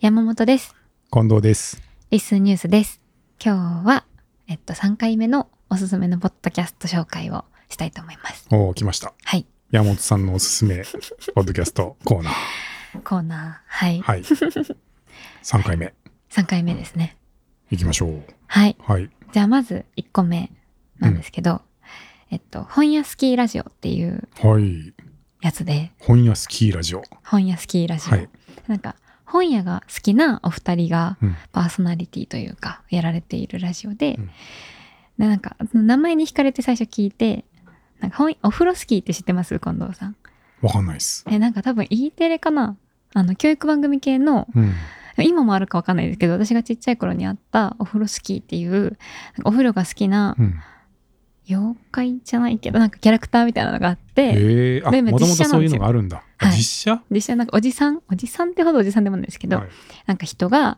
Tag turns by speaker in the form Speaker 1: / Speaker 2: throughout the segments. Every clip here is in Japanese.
Speaker 1: 山本です。
Speaker 2: 近藤です。
Speaker 1: リスンニュースです。今日は、えっと、3回目のおすすめのポッドキャスト紹介をしたいと思います。
Speaker 2: おお、来ました。
Speaker 1: はい。
Speaker 2: 山本さんのおす すめ、ポッドキャストコーナー。
Speaker 1: コーナー、はい。
Speaker 2: はい。3回目、
Speaker 1: 3回目ですね。
Speaker 2: 行きましょう。
Speaker 1: はい。
Speaker 2: はい。
Speaker 1: じゃあ、まず1個目なんですけど、えっと、本屋スキーラジオっていう
Speaker 2: はい。
Speaker 1: やつで、
Speaker 2: 本屋スキーラジオ。
Speaker 1: 本屋スキーラジオ。
Speaker 2: はい
Speaker 1: なんか、本屋が好きなお二人が
Speaker 2: うん
Speaker 1: パーソナリティというか、やられているラジオで、
Speaker 2: うん
Speaker 1: でなんか、名前に惹かれて最初聞いて、なんか本、お風呂スキーって知ってます近藤さん。
Speaker 2: わかんないです。
Speaker 1: え、なんか多分 E テレかなあの、教育番組系の、
Speaker 2: うん。
Speaker 1: 今もあるかわかんないですけど、私がちっちゃい頃にあったお風呂スキーっていう、なんかお風呂が好きな
Speaker 2: うん、
Speaker 1: 妖怪じゃないけど、なんかキャラクターみたいなのがあって、
Speaker 2: ええあ、
Speaker 1: でも
Speaker 2: もとも
Speaker 1: 実
Speaker 2: と
Speaker 1: 写なんですよ
Speaker 2: そういうのがあるんだ。あ
Speaker 1: はい
Speaker 2: 実写
Speaker 1: 実際なんかおじさん、おじさんってほどおじさんでもないですけど、
Speaker 2: はい
Speaker 1: なんか人が、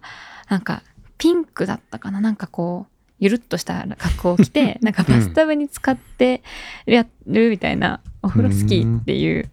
Speaker 1: なんかピンクだったかななんかこう、ゆるっとした格好を着 て、なんかバスタブに使ってやるみたいな、お風呂スキーっていう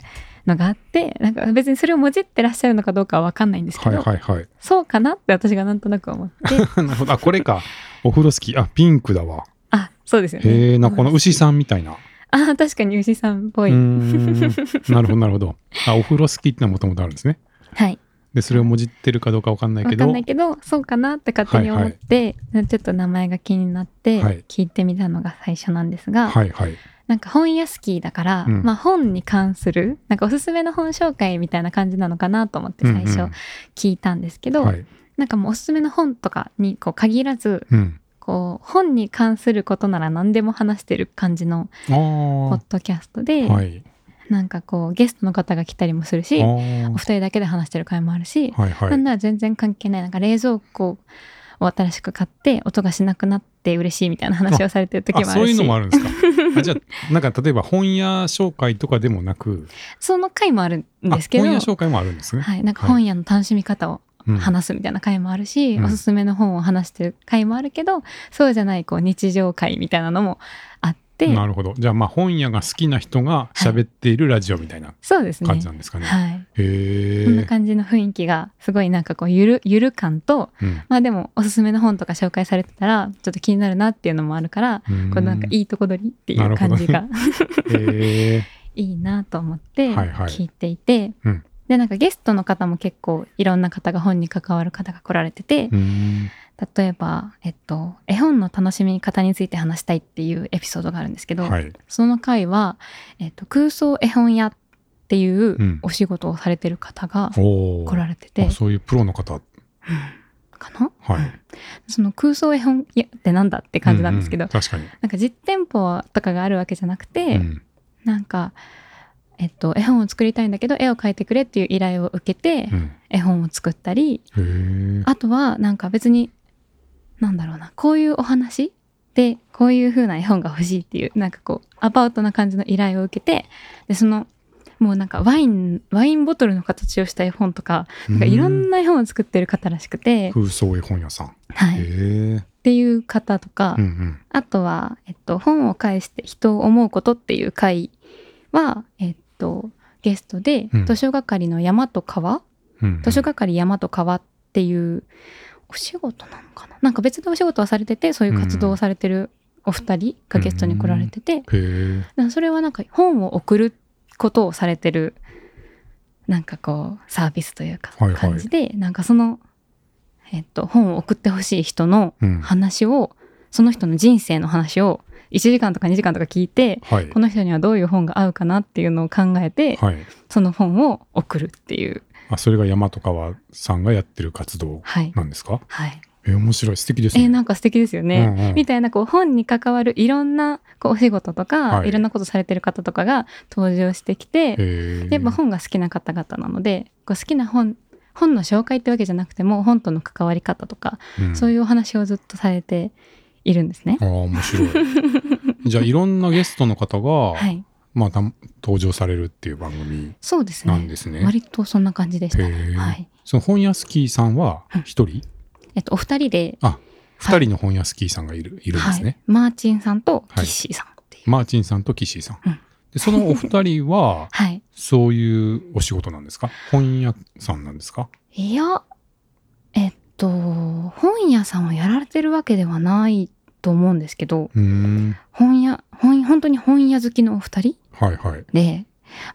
Speaker 1: のがあって、なんか別にそれをもじってらっしゃるのかどうかはわかんないんですけ
Speaker 2: はい
Speaker 1: ど、
Speaker 2: はいはい。
Speaker 1: そうかなって私がなんとなく思って、
Speaker 2: なるほど。あ、こ れか。お風呂好き。あ、ピンクだわ。
Speaker 1: あ、そうですよね。
Speaker 2: へえ、なんかこの
Speaker 1: うん
Speaker 2: 牛さんみたいな。
Speaker 1: あ、確かに牛さんっぽ
Speaker 2: う
Speaker 1: い。
Speaker 2: ーん。なるほど、なるほど。あ、お風呂好きってのはもともとあるんですね。
Speaker 1: はい。
Speaker 2: で、それをもじってるかどうかわかんない
Speaker 1: わ
Speaker 2: け
Speaker 1: か
Speaker 2: ど。
Speaker 1: んないけど、そうかなって勝手に思って、ちょっと名前が気になって
Speaker 2: はい、
Speaker 1: 聞いてみたのが最初なんですが、
Speaker 2: はいはい。
Speaker 1: なんか本屋スキーだから、
Speaker 2: うん
Speaker 1: まあ本に関する、なんかおすすめの本紹介みたいな感じなのかなと思って最
Speaker 2: うん
Speaker 1: 初聞いたんですけど、
Speaker 2: うんはい。
Speaker 1: なんかもうおすすめの本とかにこう限らず、
Speaker 2: うん。
Speaker 1: こう本に関することなら何でも話してる感じの
Speaker 2: あ
Speaker 1: ポッドキャストで、
Speaker 2: あ。はい。
Speaker 1: なんかこうゲストの方が来たりもするし、
Speaker 2: あ
Speaker 1: お二人だけで話してる回もあるし、
Speaker 2: あ。はいは
Speaker 1: ないん。なら全然関係ないなんか冷蔵庫を新しく買って音がしなくなって嬉しいみたいな話をされてる時もあるし
Speaker 2: そういうのもあるんですか あじゃあなんか例えば本屋紹介とかでもなく
Speaker 1: その回もあるん
Speaker 2: あ
Speaker 1: ですけど
Speaker 2: 本屋紹介もあるんですね、
Speaker 1: はい、なんか本屋の楽しみ方を
Speaker 2: うん
Speaker 1: 話すみたいな回もあるし、
Speaker 2: うん
Speaker 1: おすすめの本を話してる回もあるけど、そうじゃないこう日常回みたいなのもあって
Speaker 2: なるほどじゃあまあ本屋が好きな人が喋っているラジオみたいな
Speaker 1: そうですね
Speaker 2: 感じなんですかね、
Speaker 1: はい
Speaker 2: へ
Speaker 1: こんな
Speaker 2: え、
Speaker 1: 感じの雰囲気がすごいなんかこうゆるゆる感とまあでもおすすめの本とか紹介されてたらちょっと気になるなっていうのもあるから、
Speaker 2: うん、
Speaker 1: こうなんかいいとこ取りっていう感じ
Speaker 2: な
Speaker 1: が、
Speaker 2: へえ
Speaker 1: いいなと思って
Speaker 2: はいはい
Speaker 1: 聞いていて、
Speaker 2: うん
Speaker 1: でなんかゲストの方も結構いろんな方が本に関わる方が来られてて、
Speaker 2: うん
Speaker 1: 例えば、えっと、絵本の楽しみ方について話したいっていうエピソードがあるんですけど、
Speaker 2: はい
Speaker 1: その回は、えっと、空想絵本屋っていうんお仕事をされてる方が
Speaker 2: おお
Speaker 1: 来られてて、
Speaker 2: そういうプロの方
Speaker 1: かな
Speaker 2: はい
Speaker 1: その空想絵本屋ってなんだって感じなんですけど、
Speaker 2: うう確かに、
Speaker 1: なんか実店舗とかがあるわけじゃなくて、
Speaker 2: うん
Speaker 1: なんか、えっと、絵本を作りたいんだけど絵を描いてくれっていう依頼を受けて
Speaker 2: うん
Speaker 1: 絵本を作ったり、
Speaker 2: へえ
Speaker 1: あとはなんか別になんだろうなこういうお話でこういう風な絵本が欲しいっていうなんかこうアバウトな感じの依頼を受けてでそのもうなんかワインワインボトルの形をした絵本とかなんかいろんな絵本を作ってる方らしくて、
Speaker 2: 空想絵本屋さん、
Speaker 1: はい、っ
Speaker 2: へえ
Speaker 1: ていう方とか、
Speaker 2: うんうん
Speaker 1: あとは、えっと、本を介して人を思うことっていう回は、えっと、ゲストで、
Speaker 2: うん
Speaker 1: 図書係の山と川、
Speaker 2: うんうん
Speaker 1: 図書係山と川っていうお仕事なのかななんか別でお仕事をされてて、そういう活動をされてるお二人がゲストに来られてて、
Speaker 2: へえ
Speaker 1: なんかそれはなんか本を送ることをされてる、なんかこう、サービスというか
Speaker 2: はいはい、
Speaker 1: 感じで、なんかその、えっと、本を送ってほしい人の
Speaker 2: うん
Speaker 1: 話をその人の人生の話を1時間とか2時間とか聞いて
Speaker 2: はい
Speaker 1: この人にはどういう本が合うかなっていうのを考えて
Speaker 2: はい。
Speaker 1: その本を送るっていう
Speaker 2: あ、それが山と川さんがやってる活動
Speaker 1: はい
Speaker 2: なんですか
Speaker 1: はい
Speaker 2: え、面白い。素敵です
Speaker 1: え
Speaker 2: ね。
Speaker 1: ーなんか素敵ですよね、
Speaker 2: うんうん
Speaker 1: みたいなこう本に関わるいろんなこうお仕事とか、
Speaker 2: はい
Speaker 1: い、ろんなことされてる方とかが登場してきて、
Speaker 2: へえ
Speaker 1: やっぱ本が好きな方々なのでこう好きな本本の紹介ってわけじゃなくても本との関わり方とか、そう
Speaker 2: いう
Speaker 1: いうお話をずっとされているんですね。
Speaker 2: ん。ああ、面白い。 じゃあ、いろんなゲストの方が、
Speaker 1: はい、
Speaker 2: まあ、た登場されるっていう番組
Speaker 1: そうですね
Speaker 2: なんですね。
Speaker 1: 割とそんな感じでした
Speaker 2: へ
Speaker 1: ね。
Speaker 2: え
Speaker 1: はい。
Speaker 2: その本屋スキーさんは
Speaker 1: うん
Speaker 2: 一人、
Speaker 1: えっと、お二人で、
Speaker 2: あ、二人の本屋スキーさんがいる、いるんで
Speaker 1: は
Speaker 2: す
Speaker 1: い
Speaker 2: ね。、
Speaker 1: マーチンさんとキッシーさんっていう。
Speaker 2: マーチンさんとキッシーさん。
Speaker 1: うん、
Speaker 2: でそのお二人は
Speaker 1: はい。
Speaker 2: そういうお仕事なんですか本屋さんなんですか
Speaker 1: いや、と本屋さんをやられてるわけではないと思うんですけど
Speaker 2: うーん。
Speaker 1: 本屋本本当に本屋好きのお二人
Speaker 2: はい はい。
Speaker 1: で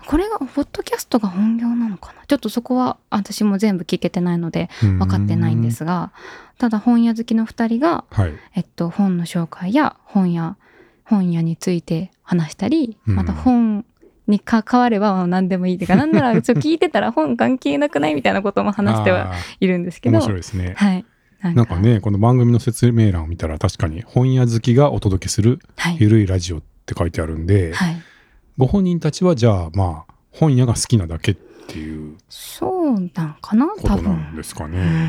Speaker 1: これがポッドキャストが本業なのかなちょっとそこは私も全部聞けてないので分
Speaker 2: 分
Speaker 1: かってないんで。すがただ本屋好きの2人が、
Speaker 2: はい。
Speaker 1: えっと、本の紹介や本屋本屋について話したり
Speaker 2: うん
Speaker 1: また本に関わればまあ何でもいいっていうか何 ならちょっと聞いてたら本関係なくないみたいなことも話しては
Speaker 2: あ
Speaker 1: いるんです
Speaker 2: ー
Speaker 1: けど
Speaker 2: 面白いですね。
Speaker 1: はいなん
Speaker 2: なんかね、この番組の説明欄を見たら確かに本屋好きがお届けする
Speaker 1: はい、
Speaker 2: ゆるいラジオって書いてあるんで、
Speaker 1: はい、
Speaker 2: ご本人たちはじゃあまあ本屋が好きなだけっていう
Speaker 1: そうなんかな
Speaker 2: こ
Speaker 1: 多
Speaker 2: とな
Speaker 1: 分
Speaker 2: んですか
Speaker 1: う
Speaker 2: ね。
Speaker 1: ん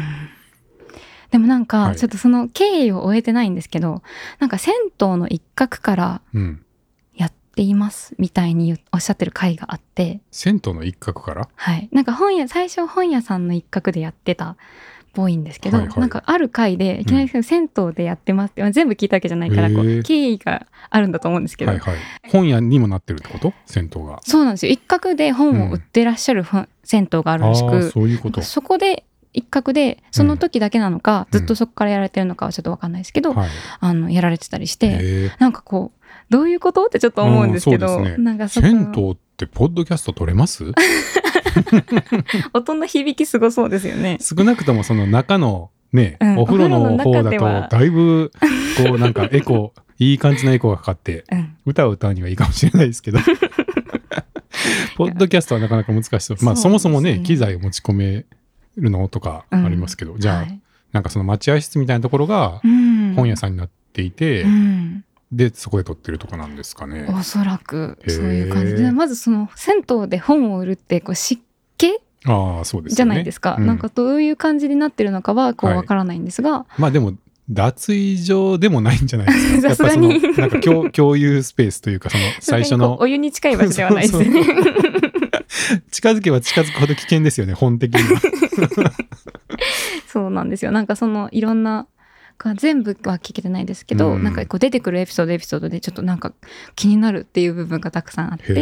Speaker 1: でもなんか、
Speaker 2: はい
Speaker 1: ちょっとその経緯を終えてないんですけどなんか銭湯の一角から
Speaker 2: うん。
Speaker 1: やっていますみたいに言うおっしゃってる回があって
Speaker 2: 銭湯の一角から
Speaker 1: はいなんか本屋最初本屋さんの一角でやってたっぽいんですけど、
Speaker 2: はいはい
Speaker 1: なんかある回でいきなり銭湯でやってますって、まあ全部聞いたわけじゃないからこ
Speaker 2: へ
Speaker 1: う
Speaker 2: ー
Speaker 1: 経緯があるんだと思うんですけど、
Speaker 2: はいはい。本屋にもなってるってこと銭湯が。
Speaker 1: そうなんですよ一角で本を売ってらっしゃる本銭湯があ
Speaker 2: あ
Speaker 1: るらし
Speaker 2: あー、
Speaker 1: く
Speaker 2: そういうこと。
Speaker 1: そこで一角でその時だけなのか、
Speaker 2: うん
Speaker 1: ずっとそこからやられてるのかはちょっとわかんないですけど、
Speaker 2: はい。
Speaker 1: あのやられてたりして、
Speaker 2: へー
Speaker 1: なんかこうどういうことってちょっと思うんですけ
Speaker 2: うん
Speaker 1: ど、
Speaker 2: そうですね
Speaker 1: なんかそこ
Speaker 2: 銭湯ってポッドキャスト撮れます
Speaker 1: 音の響きすごそうですよね。
Speaker 2: 少なくともその中のね、
Speaker 1: うん
Speaker 2: お風呂の
Speaker 1: お風呂の中
Speaker 2: 方だ
Speaker 1: では
Speaker 2: とだいぶこうなんか エコーいい感じのエコーがかかって
Speaker 1: うん、
Speaker 2: 歌を歌うにはいいかもしれないです けどポッドキャストはなかなか難しそうまあ
Speaker 1: そ
Speaker 2: そ
Speaker 1: ですね
Speaker 2: うもそもね機材を持ち込めるのとかありますけど、じゃあ、
Speaker 1: はい
Speaker 2: なんかその待合室みたいなところが
Speaker 1: うん、
Speaker 2: 本屋さんになっていて、
Speaker 1: うん、
Speaker 2: でそこで撮ってるとかなんですかね。
Speaker 1: おそらく
Speaker 2: へー
Speaker 1: そういう感じでまずその銭湯で本を売るってこう湿気
Speaker 2: ああそうですよね。
Speaker 1: じゃないですか
Speaker 2: うん
Speaker 1: なんかどういう感じになってるのかはこう
Speaker 2: はい
Speaker 1: わからないんですが、
Speaker 2: まあでも脱衣所でもないんじゃないですか。
Speaker 1: さすがに
Speaker 2: やっぱそのなんか共共有スペースというかその最
Speaker 1: それに
Speaker 2: 初
Speaker 1: こ
Speaker 2: の
Speaker 1: うお湯に近い場所ではないですよね。
Speaker 2: そう 近づけば近づくほど危険ですよね本的に は。
Speaker 1: そうなんですよなんかそのいろんなか全部は聞けてないですけど、
Speaker 2: うん
Speaker 1: なんかこう出てくるエピソードエピソードでちょっとなんか気になるっていう部分がたくさんあって
Speaker 2: へ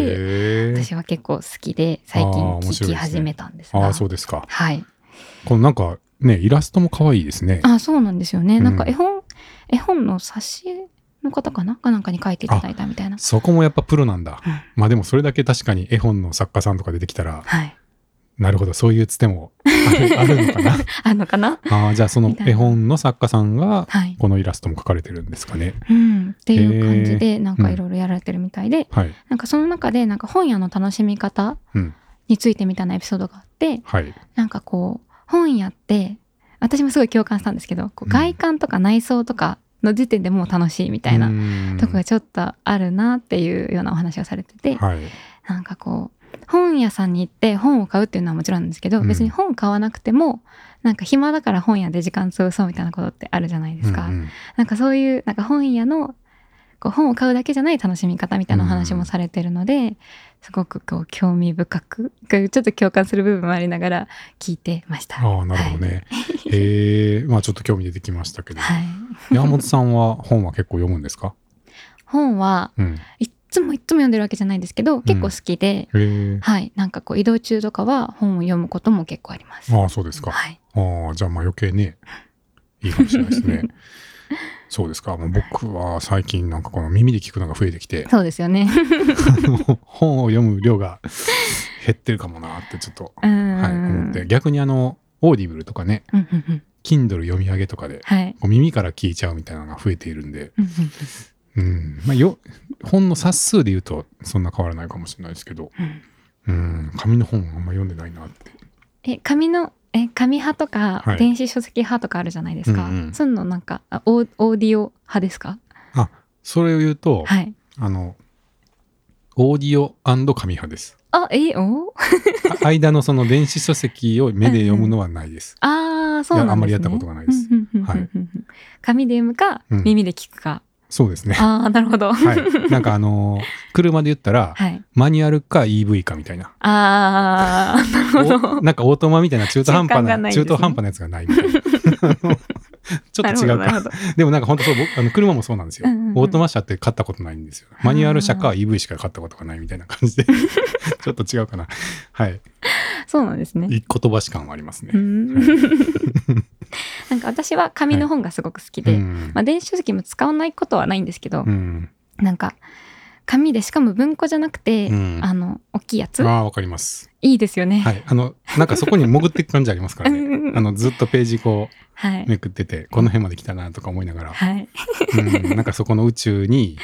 Speaker 2: え。
Speaker 1: 私は結構好きで最近
Speaker 2: あー面白いです
Speaker 1: 聞き
Speaker 2: ね
Speaker 1: 始めたんですが
Speaker 2: ああそうですか。
Speaker 1: はい
Speaker 2: このなんかねイラストも可愛いですね。
Speaker 1: あーそうなんですよね、
Speaker 2: うん
Speaker 1: なんか絵本絵本の挿絵の方かなかなんかに書いていただいたみたいな
Speaker 2: そこもやっぱプロなんだ。
Speaker 1: うん
Speaker 2: まあでもそれだけ確かに絵本の作家さんとか出てきたら
Speaker 1: はい
Speaker 2: なるほどそういうつても あるあるのか な。
Speaker 1: あるのかな
Speaker 2: ああじゃあその絵本の作家さんが
Speaker 1: はい、
Speaker 2: このイラストも描かれてるんですかね。
Speaker 1: うん、っていう感じでなんかいろいろやられてるみたいで、
Speaker 2: はい。
Speaker 1: なんかその中でなんか本屋の楽しみ方
Speaker 2: うん
Speaker 1: についてみたいなエピソードがあって、
Speaker 2: はい。
Speaker 1: なんかこう本屋って私もすごい共感したんですけどこ
Speaker 2: う
Speaker 1: うん外観とか内装とかの時点でもう楽しいみたいなとこがちょっとあるなっていうようなお話をされてて、
Speaker 2: はい。
Speaker 1: なんかこう本屋さんに行って本を買うっていうのはもちろんなんですけど、
Speaker 2: うん
Speaker 1: 別に本買わなくてもなんか暇だから本屋で時間潰そうみたいなことってあるじゃないですか。
Speaker 2: うんうん
Speaker 1: なんかそういうなんか本屋のこう本を買うだけじゃない楽しみ方みたいなお話もされてるので、すごくこう興味深くちょっと共感する部分もありながら聞いてました。
Speaker 2: ああなるほどね。へえまあちょっと興味出てきましたけど。
Speaker 1: はい、
Speaker 2: 山本さんは本は結構読むんですか
Speaker 1: 本は
Speaker 2: うん。へ
Speaker 1: いっつもいっつも読んでるわけじゃないんですけど結構好きで、
Speaker 2: え
Speaker 1: はいなんかこう移動中とかは本を読むことも結構あります。
Speaker 2: ああそうですか。
Speaker 1: はい、
Speaker 2: ああ、じゃあまあ余計ね、いいかもしれないです ね。そうですか。もう僕は最近なんかこの耳で聞くのが増えてき て、
Speaker 1: そうですよね。
Speaker 2: あの本を読む量が減ってるかもなってちょっと、
Speaker 1: うーん
Speaker 2: はい、思って。逆にあの、オーディブルとかね、
Speaker 1: うんうんうん
Speaker 2: Kindle 読み上げとかで、
Speaker 1: はい。
Speaker 2: こう耳から聞いちゃうみたいなのが増えているんで、
Speaker 1: うんうん
Speaker 2: うん。まあよ、本の冊数で言うとそんな変わらないかもしれないですけど、
Speaker 1: うん
Speaker 2: うん、紙の本あんま読んでないなって。
Speaker 1: え紙のえ紙派とか、
Speaker 2: はい
Speaker 1: 電子書籍派とかあるじゃないですか、
Speaker 2: うんうん
Speaker 1: そういうのなんかあオーオーディオ派ですか
Speaker 2: あ、それを言うと、
Speaker 1: はい
Speaker 2: あの、オーディオ紙派です。
Speaker 1: あえお
Speaker 2: あ間のその電子書籍を目で読むのはないです。
Speaker 1: あーそうなんです、ね、
Speaker 2: いやあんまりやったことがないです
Speaker 1: うんうんうんうん
Speaker 2: はい
Speaker 1: 紙で読むか、
Speaker 2: うん
Speaker 1: 耳で聞くか
Speaker 2: そうですね。は
Speaker 1: ああなるほどはい、
Speaker 2: い。なんかあのー車で言ったら、マニュアルか EV かみたいな。
Speaker 1: あ あなるほ
Speaker 2: お
Speaker 1: ど
Speaker 2: なんかオートマみたいな中途半端
Speaker 1: 中間
Speaker 2: な、
Speaker 1: がないんですね
Speaker 2: 中途半端なやつがないみたいな。 あのちょっと違
Speaker 1: なるほど
Speaker 2: うか。
Speaker 1: なるほど
Speaker 2: でもなんか本当そう、僕、あの車もそうなんですよ。
Speaker 1: うんうんうん
Speaker 2: オートマ車って買ったことないんですよ。マニュアル車か EV しか買ったことがないみたいな 感じで。ちょっと違うかな。はい。
Speaker 1: そうなんですね
Speaker 2: 一個飛ばし感はありますね。
Speaker 1: うん
Speaker 2: は
Speaker 1: 私は紙の本がすごく好きで、
Speaker 2: うん
Speaker 1: まあ、電子書籍も使わないことはないんですけど、
Speaker 2: うん
Speaker 1: なんか紙でしかも文庫じゃなくて、
Speaker 2: うん
Speaker 1: あの大きいやつ
Speaker 2: ああ、わかります。
Speaker 1: いいですよね。
Speaker 2: はい。あの、なんかそこに潜っていく感じありますから
Speaker 1: うんうんう
Speaker 2: ね。
Speaker 1: ん
Speaker 2: あの、ずっとページこ
Speaker 1: は
Speaker 2: う
Speaker 1: い、
Speaker 2: めくってて、この辺まで来たなとか思いながら、
Speaker 1: はい、
Speaker 2: うん、なんかそこの宇宙に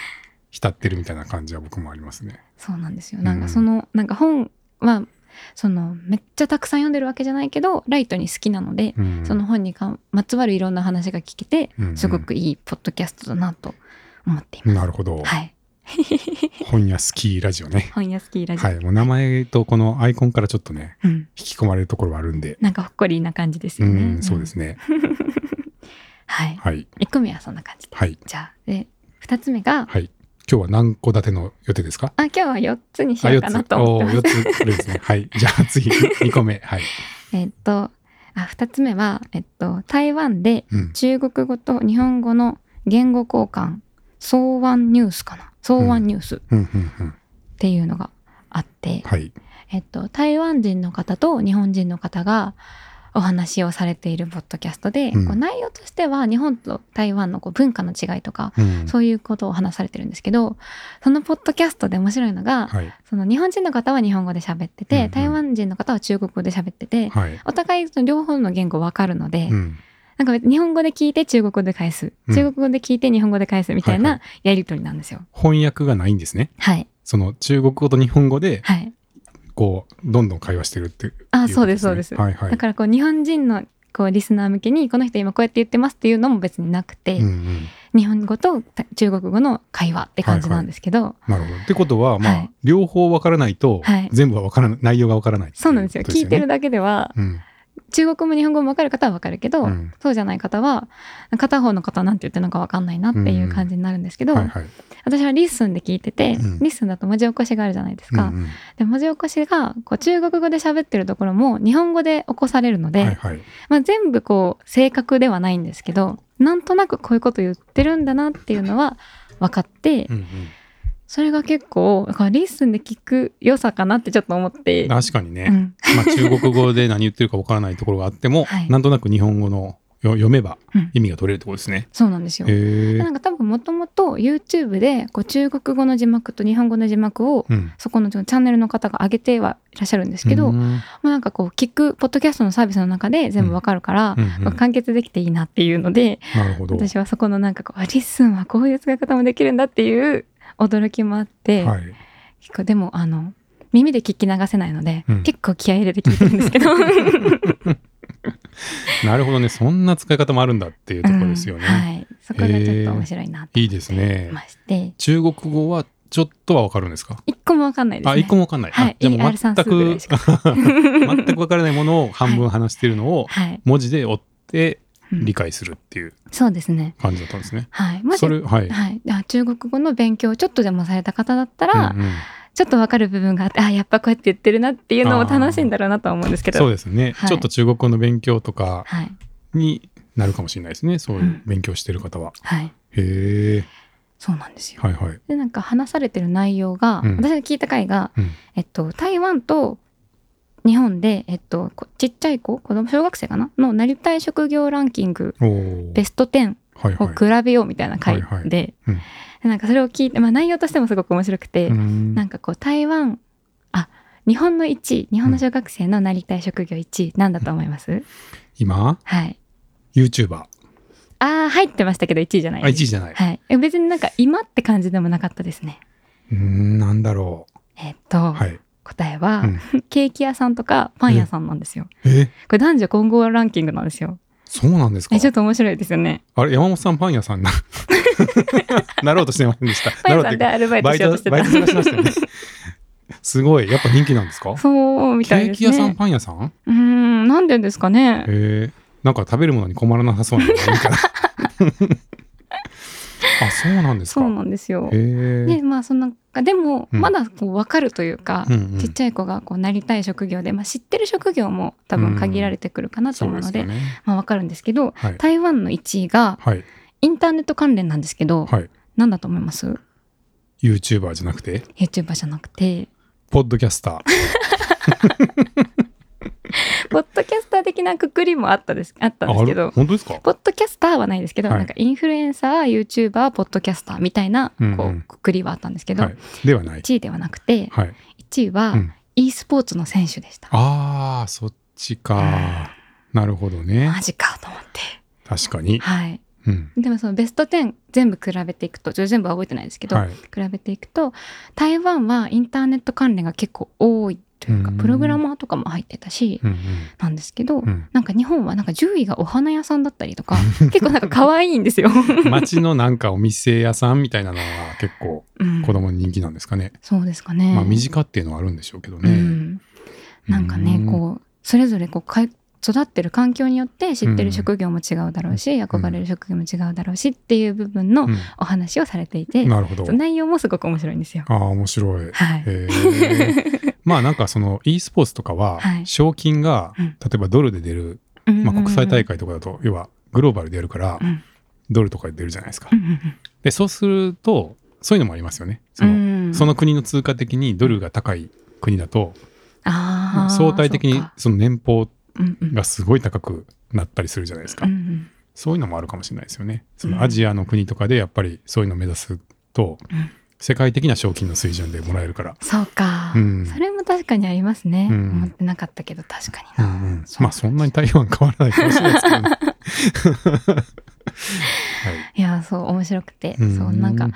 Speaker 2: 浸ってるみたいな感じは僕もありますね。
Speaker 1: そうなんですよ。
Speaker 2: うん
Speaker 1: なんかその、なんか本はそのめっちゃたくさん読んでるわけじゃないけどライトに好きなので、
Speaker 2: うん、
Speaker 1: その本にかまつわるいろんな話が聞けて、
Speaker 2: うんうん
Speaker 1: すごくいいポッドキャストだなと思っています。
Speaker 2: なるほど。
Speaker 1: はい、
Speaker 2: 本屋スキーラジオね。
Speaker 1: 本屋好きラジオ、
Speaker 2: はい。もう名前とこのアイコンからちょっとね、
Speaker 1: うん、
Speaker 2: 引き込まれるところはあるんで。
Speaker 1: なんかほっこりな感じです
Speaker 2: う
Speaker 1: よね。
Speaker 2: ん、そうで
Speaker 1: ね。
Speaker 2: すね。
Speaker 1: はい、
Speaker 2: はい。
Speaker 1: 一個目はそんな感じで。
Speaker 2: はい。
Speaker 1: じゃあで二つ目が、
Speaker 2: はい。今日は何個建ての予定ですか
Speaker 1: あ今日は四つにし
Speaker 2: あ
Speaker 1: よう
Speaker 2: 四
Speaker 1: かな
Speaker 2: つ。
Speaker 1: と思っ
Speaker 2: お
Speaker 1: て
Speaker 2: お
Speaker 1: ま
Speaker 2: ー、
Speaker 1: す
Speaker 2: 四。つこれですね。はい。じゃあ次、二個目。はい。
Speaker 1: えっと、あ、二つ目は、えっと、台湾で
Speaker 2: うん。
Speaker 1: 中国語と日本語の言語交換、相湾ニュースかな。相湾ニュースっ
Speaker 2: うん、うん、うん。
Speaker 1: ていうのがあって、
Speaker 2: はい。
Speaker 1: えっと、台湾人の方と日本人の方がお話をされているポッドキャストで、
Speaker 2: うん
Speaker 1: こう内容としては日本と台湾のこう文化の違いとか、
Speaker 2: うん。
Speaker 1: そういうことを話されてるんですけど、そのポッドキャストで面白いのが、
Speaker 2: はい。
Speaker 1: その日本人の方は日本語で喋ってて、
Speaker 2: うんうん
Speaker 1: 台湾人の方は中国語で喋ってて、
Speaker 2: はい。
Speaker 1: お互いその両方の言語わかるので、
Speaker 2: うん。
Speaker 1: なんか日本語で聞いて中国語で返す、
Speaker 2: うん
Speaker 1: 中国語で聞いて日本語で返すみたい
Speaker 2: はい
Speaker 1: なやりとりなんですよ。
Speaker 2: 翻訳がないんですね。
Speaker 1: はい、
Speaker 2: その中国語と日本語で、
Speaker 1: はい。
Speaker 2: こう、どんどん会話してるっていうことね。
Speaker 1: あ、そうです、そうです。
Speaker 2: はい、は
Speaker 1: だ
Speaker 2: い。
Speaker 1: からこう日本人のこうリスナー向けにこの人今こうやって言ってますっていうのも別になくて、
Speaker 2: うん、うん。
Speaker 1: 日本語とた中国語の会話って感じなんですけど、
Speaker 2: なるほど。ってことは、まあ、
Speaker 1: はい
Speaker 2: 両方わからないと、
Speaker 1: はい
Speaker 2: 全部はわからない、内容がわからないってい
Speaker 1: そうなんですよ
Speaker 2: こと
Speaker 1: 聞いてる。だけでは
Speaker 2: うん。
Speaker 1: 中国語も日本語も分かる方は分かるけど、
Speaker 2: うん
Speaker 1: そうじゃない方は片方の方はなんて言ってるのか分かんないなっていう感じになるんですけど、
Speaker 2: はい、はい。
Speaker 1: 私はリッスンで聞いてて、
Speaker 2: うん
Speaker 1: リッスンだと文字起こしがあるじゃないです
Speaker 2: うん
Speaker 1: か、
Speaker 2: うん
Speaker 1: で文字起こしがこう中国語で喋ってるところも日本語で起こされるので、
Speaker 2: はい、はい。
Speaker 1: まあ、全部こう正確ではないんですけどなんとなくこういうこと言ってるんだなっていうのは分かって
Speaker 2: うん、
Speaker 1: それが結構だからリッスンで聞く良さかなってちょっと思っ
Speaker 2: う
Speaker 1: て
Speaker 2: ん。、確かにね。
Speaker 1: うん
Speaker 2: まあ、中国語で何言ってるかわからないところがあって も、
Speaker 1: はい
Speaker 2: なんとなく日本語のよ読めば
Speaker 1: うん
Speaker 2: 意味が取れるってことですね。
Speaker 1: そうなんですよ。
Speaker 2: へえ
Speaker 1: な。んか多分もともと YouTube でこう中国語の字幕と日本語の字幕を
Speaker 2: うん。
Speaker 1: そこのチャンネルの方が上げてはいらっしゃるんですけど、
Speaker 2: うん
Speaker 1: まあ、なんかこう聞くポッドキャストのサービスの中で全部わかるから、
Speaker 2: うんうん
Speaker 1: まあ完結できていいなっていうので、
Speaker 2: なるほど。
Speaker 1: 私はそこのなんかこうあリッスンはこういう使い方もできるんだっていう驚きもあって、
Speaker 2: はい。
Speaker 1: 結構でもあの耳で聞き流せないので、
Speaker 2: うん
Speaker 1: 結構気合い入れて聞いてるんですけど
Speaker 2: なるほどね。そんな使い方もあるんだっていうところですよ
Speaker 1: う
Speaker 2: ね。
Speaker 1: ん はい、そこがちょっと面白いなって
Speaker 2: いいですね
Speaker 1: 思い。まして、
Speaker 2: 中国語はちょっとはわかるんですか
Speaker 1: 一個もわかんないですね
Speaker 2: あ、一個もわかんない。
Speaker 1: はい
Speaker 2: あじゃあもう全
Speaker 1: ER 算数ぐら
Speaker 2: く
Speaker 1: いしか、
Speaker 2: 全くわからないものを半分話してるのを
Speaker 1: はい、
Speaker 2: 文字で追って
Speaker 1: うん
Speaker 2: 理解するっていう
Speaker 1: そうですね
Speaker 2: 感じだったんですね。
Speaker 1: はいもし
Speaker 2: それ、はい。
Speaker 1: はい、あ中国語の勉強をちょっとでもされた方だったら、
Speaker 2: うんうん
Speaker 1: ちょっとわかる部分があってあやっぱこうやって言ってるなっていうのも楽しいんだろうなとは思うんですけど
Speaker 2: そうですね。
Speaker 1: はい
Speaker 2: ちょっと中国語の勉強とか
Speaker 1: はい
Speaker 2: になるかもしれないですね。そういううん勉強してる方は。
Speaker 1: はい
Speaker 2: へえ。
Speaker 1: そうなんですよ
Speaker 2: はいはい。
Speaker 1: でなんか話されてる内容が、
Speaker 2: うん
Speaker 1: 私が聞いた回が、
Speaker 2: うん
Speaker 1: えっと、台湾と日本で、えっと、こちっちゃい子子供小学生かなのなりたい職業ランキング
Speaker 2: お
Speaker 1: ベ
Speaker 2: ー
Speaker 1: スト10
Speaker 2: はい
Speaker 1: を
Speaker 2: はい。
Speaker 1: 比べようみたいな回で、
Speaker 2: はいはい
Speaker 1: で
Speaker 2: うん
Speaker 1: なんかそれを聞いて、まあ、内容としてもすごく面白くて、
Speaker 2: うん
Speaker 1: なんかこう台湾あ日本の1位日本の小学生のなりたい職業1位なんだと思います、
Speaker 2: 今、
Speaker 1: はい。
Speaker 2: YouTuber。
Speaker 1: ああ入ってましたけど1位じゃない
Speaker 2: あ、1位
Speaker 1: です。
Speaker 2: じゃない。
Speaker 1: はい。え別になんか今って感じでもなかったですね。
Speaker 2: うーん、なんだろ
Speaker 1: えっと、
Speaker 2: う。はい。
Speaker 1: 答えは、
Speaker 2: うん
Speaker 1: ケーキ屋さんとかパン屋さんなんですよ。
Speaker 2: え、
Speaker 1: これ男女混合ランキングなんですよ。
Speaker 2: そうなんですか
Speaker 1: えちょっと面白いですよね。
Speaker 2: あれ、山本さんパン 屋さんな、なろうとしてませんでした。
Speaker 1: パン屋さ
Speaker 2: なろうと
Speaker 1: んでアルバイト
Speaker 2: バイ
Speaker 1: しようと
Speaker 2: ト
Speaker 1: して、
Speaker 2: バイ
Speaker 1: た
Speaker 2: ト。し ましたよね。すごい。やっぱ人気なんですか
Speaker 1: そうみ
Speaker 2: ケ
Speaker 1: たい
Speaker 2: ー
Speaker 1: です
Speaker 2: キ
Speaker 1: ね。
Speaker 2: 屋さん、パン屋さん
Speaker 1: うーん、なんで言うんですかね
Speaker 2: へ。え。なんか食べるものに困らなさそうなのがい いから。あ、そうなんですか。
Speaker 1: そうなんですよ
Speaker 2: へ。え。
Speaker 1: で、まあそのなんかでも、
Speaker 2: うん
Speaker 1: まだこう分かるというか、
Speaker 2: うんうん
Speaker 1: ちっちゃい子がこうなりたい職業で、まあ、知ってる職業も多分限られてくるかなと
Speaker 2: そ
Speaker 1: 思
Speaker 2: う
Speaker 1: う
Speaker 2: で
Speaker 1: の
Speaker 2: す
Speaker 1: で,、
Speaker 2: よね。
Speaker 1: まあ、分かるんですけど
Speaker 2: はい。
Speaker 1: 台湾の1位が
Speaker 2: はい。
Speaker 1: インターネット関連なんですけど、
Speaker 2: はい。
Speaker 1: なんだと思います
Speaker 2: YouTuber じゃなくて、
Speaker 1: ?YouTuber じゃなくて
Speaker 2: ポッドキャスター。
Speaker 1: ポッドキャスター的なくくりもあったですあったんですけ
Speaker 2: ああれ
Speaker 1: ど
Speaker 2: 本当ですか
Speaker 1: ポッドキャスターはないですけど、
Speaker 2: はい
Speaker 1: なんかインフルエンサー YouTuber ポッドキャスターみたいなこう、
Speaker 2: うんうん
Speaker 1: くくりはあったんですけど、
Speaker 2: はい。ではない。
Speaker 1: 1位ではなくて
Speaker 2: はい。
Speaker 1: 1位は
Speaker 2: うん
Speaker 1: e スポーツの選手でした。
Speaker 2: ああ、そっちか。なるほど
Speaker 1: マ
Speaker 2: ね。
Speaker 1: ジかと思って。
Speaker 2: 確かに。
Speaker 1: はい。
Speaker 2: うん。
Speaker 1: でもそのベスト10全部比べていくと、ちょっと全部は覚えてないですけど、
Speaker 2: はい。
Speaker 1: 比べていくと、台湾はインターネット関連が結構多いというか、
Speaker 2: うん
Speaker 1: プログラマーとかも入ってたし、
Speaker 2: うん
Speaker 1: なんですけど、
Speaker 2: うん。うん
Speaker 1: なんか日本はなんか10位がお花屋さんだったりとか、結構なんか可愛いんです よ。
Speaker 2: 街のなんかお店屋さんみたいなのは結構
Speaker 1: うん
Speaker 2: 子供に人気なんですかね。
Speaker 1: そうですかね。
Speaker 2: まあ身近っていうのはあるんでしょうけど
Speaker 1: う
Speaker 2: ね。
Speaker 1: ん、なんかね、
Speaker 2: うん
Speaker 1: こうそれぞれこうかい育ってる環境によって知ってる職業も違うだろうし、憧れる職業も違うだろうしっていう部分の
Speaker 2: う
Speaker 1: お話をされていて、
Speaker 2: んなるほど。
Speaker 1: 内容もすごく面白いんですよ。
Speaker 2: ああ、面白い。
Speaker 1: はい。
Speaker 2: へ えまあなんかその e スポーツとかは
Speaker 1: はい
Speaker 2: 賞金が
Speaker 1: うん
Speaker 2: 例えばドルで出る、まあ、国際大会とかだと要はグローバルでやるから
Speaker 1: うん
Speaker 2: ドルとかで出るじゃないですか
Speaker 1: う。んうん
Speaker 2: でそうするとそういうのもありますよね。そ
Speaker 1: うん
Speaker 2: の
Speaker 1: うん
Speaker 2: その国の通貨的にドルが高い国だと
Speaker 1: あー
Speaker 2: 相対
Speaker 1: そ
Speaker 2: 的
Speaker 1: う
Speaker 2: に
Speaker 1: か
Speaker 2: その年俸
Speaker 1: うんうん
Speaker 2: がすごい高くなったりするじゃないですか
Speaker 1: う。ん
Speaker 2: そういうのもあるかもしれないですよね。そ
Speaker 1: うん
Speaker 2: のアジアの国とかでやっぱりそういうのを目指すと
Speaker 1: うん
Speaker 2: 世界的な賞金の水準でもらえるから。
Speaker 1: そうか、
Speaker 2: うん
Speaker 1: それも確かにありますね、
Speaker 2: うん
Speaker 1: 思ってなかったけど確か
Speaker 2: う
Speaker 1: に
Speaker 2: ん
Speaker 1: な、
Speaker 2: うんまあそんなに台湾変わらないかもしれないですけ どね。はい
Speaker 1: いやそう面白くて、
Speaker 2: うん
Speaker 1: そうなんか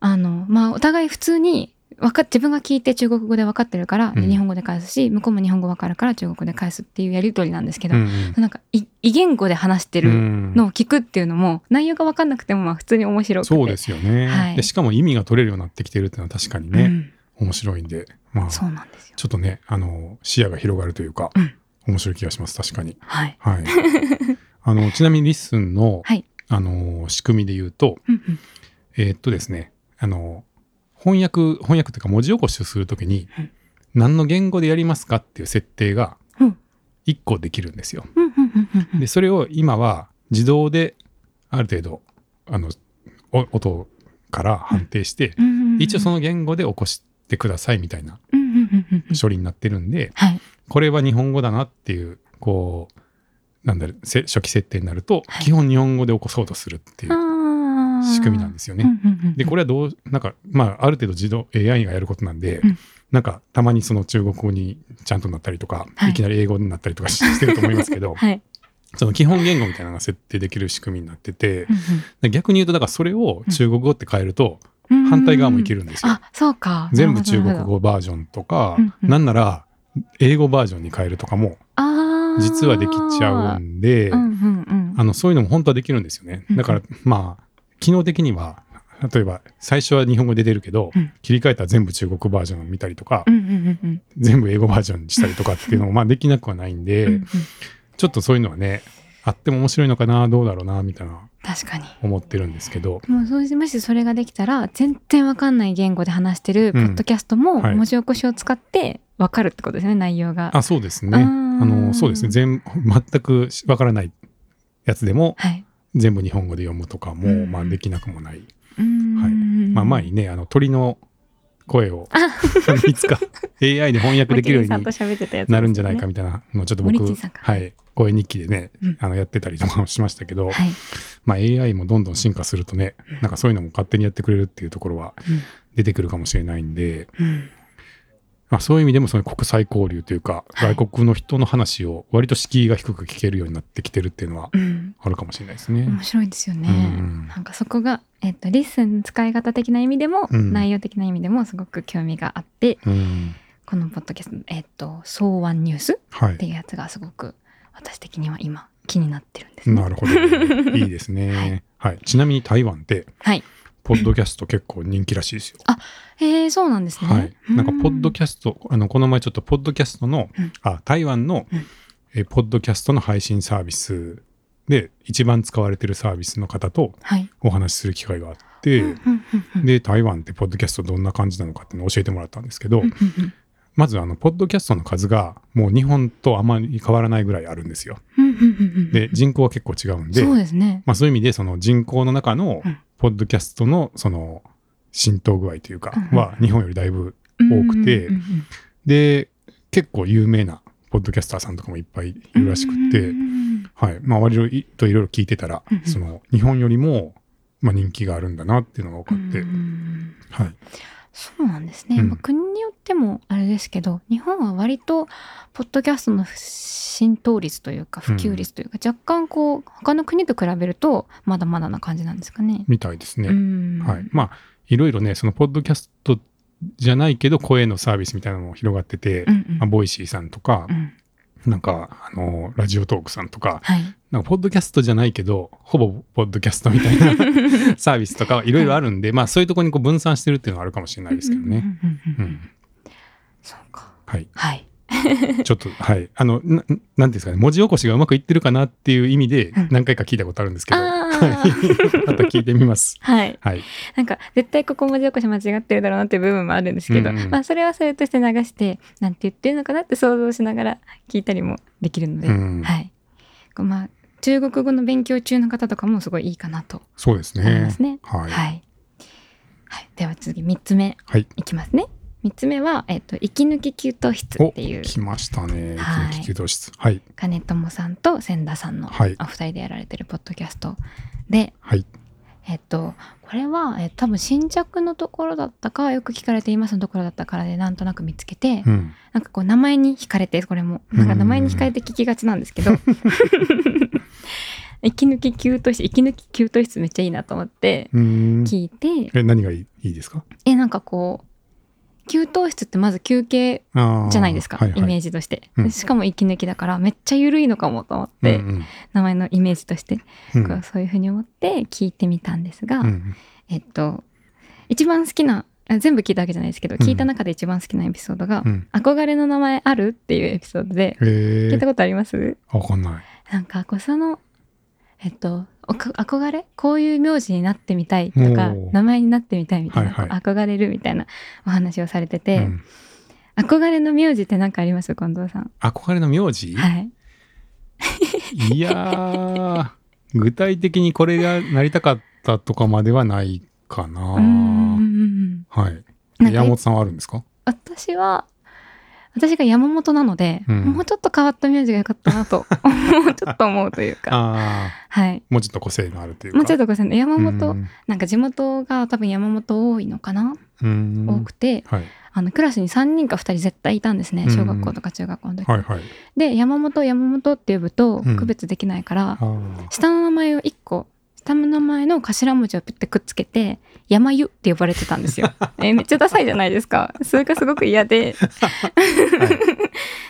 Speaker 1: あのまあお互い普通にわか自分が聞いて中国語で分かってるから、
Speaker 2: うん
Speaker 1: 日本語で返すし向こうも日本語分かるから中国語で返すっていうやり取りなんですけど、
Speaker 2: うんうん
Speaker 1: なんかい異言語で話して
Speaker 2: う
Speaker 1: る
Speaker 2: ん
Speaker 1: のを聞くっていうのも、内容が分かんなくてもまあ普通に面白くて
Speaker 2: そうですよね、
Speaker 1: はい
Speaker 2: で。しかも意味が取れるようになってきてるっていうのは確かに
Speaker 1: う
Speaker 2: ね、
Speaker 1: ん
Speaker 2: 面白いんで、まあ、ち
Speaker 1: そうなんですよ
Speaker 2: ょっとね、あの、視野が広がるというか、
Speaker 1: うん
Speaker 2: 面白い気がします、確かに。
Speaker 1: はい、
Speaker 2: はい。 あの、ちなみにリッスンの、
Speaker 1: はい
Speaker 2: あの、仕組みで言うと、
Speaker 1: うんうん
Speaker 2: えーっとですね、あの、翻訳、翻訳というか文字起こしをするときに、
Speaker 1: うん
Speaker 2: 何の言語でやりますかっていう設定が
Speaker 1: うん
Speaker 2: 1個できるんですよ。
Speaker 1: うんうんうんうんうん
Speaker 2: で、それを今は自動である程度、あの、お音から判定して、
Speaker 1: うんうんうん
Speaker 2: 一応その言語で起こしてくださいみたいな
Speaker 1: うんうんうんうんうん
Speaker 2: 処理になってるんで、
Speaker 1: はい
Speaker 2: これは日本語だなっていう、こう、なんだろう、せ初期設定になると、
Speaker 1: はい
Speaker 2: 基本日本語で起こそうとするっていう
Speaker 1: あー
Speaker 2: 仕組みなんですよね。
Speaker 1: うんうんうんうん
Speaker 2: で、これはどう、なんか、まあ、ある程度自動 AI がやることなんで、
Speaker 1: うん
Speaker 2: なんか、たまにその中国語にちゃんとなったりとか、
Speaker 1: はい
Speaker 2: いきなり英語になったりとかししてると思いますけど、
Speaker 1: はい、
Speaker 2: その基本言語みたいなのが設定できる仕組みになってて
Speaker 1: う、ん
Speaker 2: で逆に言うと、だからそれを中国語って変えると、
Speaker 1: うんうん
Speaker 2: 反対側もいけるんですよ。
Speaker 1: あそうか
Speaker 2: 全部中国
Speaker 1: なるほど
Speaker 2: 語バージョンとか
Speaker 1: うん、うん
Speaker 2: なんなら英語バージョンに変えるとかも
Speaker 1: あー
Speaker 2: 実はできちゃうんで、
Speaker 1: うんうんうん
Speaker 2: あのそういうのも本当はできるんですよね。だからまあ機能的には例えば最初は日本語で出るけど、
Speaker 1: うん
Speaker 2: 切り替えたら全部中国バージョンを見たりとか、
Speaker 1: うんうんうん
Speaker 2: 全部英語バージョンにしたりとかっていうのもま あできなくはないんで、
Speaker 1: うんうんうん
Speaker 2: ちょっとそういうのはねあっても面白いのかなどうだろうなみたいな
Speaker 1: 確かに
Speaker 2: 思ってるんですけど、
Speaker 1: もうそうしもしそれができたら全然わかんない言語で話してるポッドキャストも
Speaker 2: はい
Speaker 1: 文字起こしを使ってわかるってことですね、内容が
Speaker 2: あそうですね
Speaker 1: あ
Speaker 2: あ
Speaker 1: ー
Speaker 2: のそうですね全全くわからないやつでも
Speaker 1: はい
Speaker 2: 全部日本語で読むとかも、
Speaker 1: うん
Speaker 2: まあできなくもない。
Speaker 1: うーん
Speaker 2: まあ前にね、あの鳥の声を、
Speaker 1: あ
Speaker 2: いつか AI で翻訳できる
Speaker 1: マキリ
Speaker 2: ように
Speaker 1: ンさんと喋ってたやつですね、
Speaker 2: なるんじゃないかみたいなのをちょっと僕、
Speaker 1: 森木さんか
Speaker 2: はい、声日記でね、
Speaker 1: うん
Speaker 2: あのやってたりとかもしましたけど、
Speaker 1: はい、
Speaker 2: まあ AI もどんどん進化するとね、なんかそういうのも勝手にやってくれるっていうところは出てくるかもしれないんで、
Speaker 1: うん
Speaker 2: まあそういう意味でもその国際交流というか、
Speaker 1: はい
Speaker 2: 外国の人の話を割と敷居が低く聞けるようになってきてるっていうのは
Speaker 1: うんうん
Speaker 2: あるかもしれないですね。
Speaker 1: 面白いですよね、
Speaker 2: うん
Speaker 1: なんかそこが、えっとリッスン使い方的な意味でも、
Speaker 2: うん
Speaker 1: 内容的な意味でもすごく興味があって
Speaker 2: うん、
Speaker 1: このポッドキャスト、えっと「草案ニュース」
Speaker 2: は
Speaker 1: って
Speaker 2: い。
Speaker 1: いうやつがすごく私的には今気になってるんですね。
Speaker 2: なる ほど。いいですね。はい。ちなみに台湾って、
Speaker 1: はい、
Speaker 2: ポッドキャスト結構人気らしいですよ。
Speaker 1: へえそうなんですね。
Speaker 2: はい。なんか、ポッド
Speaker 1: ャ
Speaker 2: キャスト、あの、この前ちょっと、ポッドキャストの、
Speaker 1: うん
Speaker 2: あ、台湾の、
Speaker 1: うん
Speaker 2: えポッドキャストの配信サービスで、一番使われてるサービスの方と
Speaker 1: はい。
Speaker 2: お話しする機会があって、
Speaker 1: うんうんうん
Speaker 2: で、台湾ってポッドキャストどんな感じなのかっていうのを教えてもらったんですけど、
Speaker 1: うんうん
Speaker 2: まず、あの、ポッドキャストの数が、もう日本とあまり変わらないぐらいあるんですよ。
Speaker 1: うんうんうんうん
Speaker 2: で、人口は結構違うんで、
Speaker 1: そうですね。
Speaker 2: まあ、そういう意味でその人口の中の
Speaker 1: うん
Speaker 2: ポッドキャストのその浸透具合というか
Speaker 1: うん
Speaker 2: は日本よりだいぶ多くて
Speaker 1: うんうんうんうん
Speaker 2: で結構有名なポポッドキャスターさんとかもいっぱいいるらしくって、
Speaker 1: うん
Speaker 2: はい。まあ、割といろいろ聞いてたら
Speaker 1: うんうん、
Speaker 2: その、日本よりも、まあ、人気があるんだなっていうのが分かって、
Speaker 1: うん
Speaker 2: はい。
Speaker 1: そうなんですね、
Speaker 2: うん
Speaker 1: まあ、国によってもあれですけど日本は割とポッドキャストの浸透率というか普及率というか、若干こう他の国と比べるとまだまだな感じなんですかね。
Speaker 2: みたいですね。
Speaker 1: うん
Speaker 2: はい。まあ、いろいろね、その、ポッドキャストじゃないけど、声のサービスみたいなのも広がってて
Speaker 1: う、んうん
Speaker 2: まあ、ボイシーさんとか
Speaker 1: う、ん
Speaker 2: なんか、あの、ラジオトークさんとか、
Speaker 1: はい、
Speaker 2: なんか、ポッドキャストじゃないけど、ほぼポッドキャストみたい なサービスとかはいろいろあるんで、まあ、そういうところにこう分散してるっていうのはあるかもしれないですけどね。
Speaker 1: うんうんうん
Speaker 2: う
Speaker 1: うん
Speaker 2: ん。
Speaker 1: そうか
Speaker 2: はい。
Speaker 1: はい
Speaker 2: ちょっと、はい。あの、ななんていうんですかね、文字起こしがうまくいってるかなっていう意味で
Speaker 1: うん、
Speaker 2: 何回か聞いたことあるんですけど、
Speaker 1: あー
Speaker 2: はい。 また聞いてみます。
Speaker 1: はい
Speaker 2: はい。
Speaker 1: なんか絶対ここ文字起こし間違ってるだろうなっていう部分もあるんですけど、
Speaker 2: うんうん
Speaker 1: まあ、それはそれとして流してなんて言ってるのかなって想像しながら聞いたりもできるので、
Speaker 2: うん
Speaker 1: はい、こうまあ中国語の勉強中の方とかもすごいいいかなと
Speaker 2: そうです
Speaker 1: 思いま
Speaker 2: ね
Speaker 1: す。ね。
Speaker 2: はい。
Speaker 1: はいはいでは次3つ目
Speaker 2: はい。
Speaker 1: いきますね。3つ目は、えっと息抜き給湯室
Speaker 2: お、
Speaker 1: っていう
Speaker 2: 来ましたね。
Speaker 1: はい
Speaker 2: 緊急救室。はい。
Speaker 1: 金友さんと千田さんの
Speaker 2: はい
Speaker 1: お二人でやられてるポッドキャストで、
Speaker 2: はい。
Speaker 1: えっと、これは、え多分新着のところだったかよく聞かれていますのところだったからでなんとなく見つけて、
Speaker 2: うん。
Speaker 1: なんかこう名前に惹かれてこれもなんか名前に惹かれて聞きがちなんです けど息抜き給湯室息抜き給湯室めっちゃいいなと思って
Speaker 2: うーん。
Speaker 1: 聞いて
Speaker 2: え、何がいいいいですか
Speaker 1: えなんかこう給湯室ってまず休憩じゃないですか、イメー
Speaker 2: ジ
Speaker 1: ジとして、
Speaker 2: うん
Speaker 1: しかも息抜きだからめっちゃ緩いのかもと思って、
Speaker 2: うん
Speaker 1: 名前のイメージとして、
Speaker 2: うん
Speaker 1: こうそういうふうに思って聞いてみたんですが、
Speaker 2: うんうん
Speaker 1: えっと一番好きなあ全部聞いたわけじゃないですけど、
Speaker 2: うん
Speaker 1: 聞いた中で一番好きなエピソードが「
Speaker 2: うん。
Speaker 1: 憧れの名前ある?」っていうエピソードで、
Speaker 2: え
Speaker 1: 聞いた
Speaker 2: ー、
Speaker 1: ことあります
Speaker 2: あわかんない。
Speaker 1: なんかこうそのえっとおか憧れこういう名字になってみたいとか
Speaker 2: おー
Speaker 1: 名前になってみたいみたいな、
Speaker 2: はいはい
Speaker 1: こう憧れるみたいなお話をされてて、
Speaker 2: うん、
Speaker 1: 憧れの名字って何かあります近藤さん。
Speaker 2: 憧れの名字、
Speaker 1: はい、
Speaker 2: い、や ー、具体的にこれがなりたかったとかまではないか
Speaker 1: うー
Speaker 2: な。
Speaker 1: ん
Speaker 2: はい。
Speaker 1: なんか
Speaker 2: 山本さんはあるんですか
Speaker 1: 私は私が山本なので、
Speaker 2: うん
Speaker 1: もうちょっと変わった名字が良かったな ともうちょっと思うというか
Speaker 2: ああ
Speaker 1: はい
Speaker 2: ー、もうちょっと個性があるというか。
Speaker 1: もうちょっと
Speaker 2: と
Speaker 1: ごめんなさいね山本、
Speaker 2: うん
Speaker 1: なんか地元が多分山本多いのかな、
Speaker 2: うん
Speaker 1: 多くて
Speaker 2: はい。
Speaker 1: あのクラスに3人か2人絶対いたんですね
Speaker 2: うん
Speaker 1: 小学校とか中学校の時、
Speaker 2: はいはい。
Speaker 1: で山本山本って呼ぶと
Speaker 2: うん
Speaker 1: 区別できないから
Speaker 2: あ、ー
Speaker 1: 下の名前を1個下の名前の頭文字をピュッてくっつけて「山湯」って呼ばれてたん ですよ。えめっちゃダサいじゃないですか。それがすごく嫌で、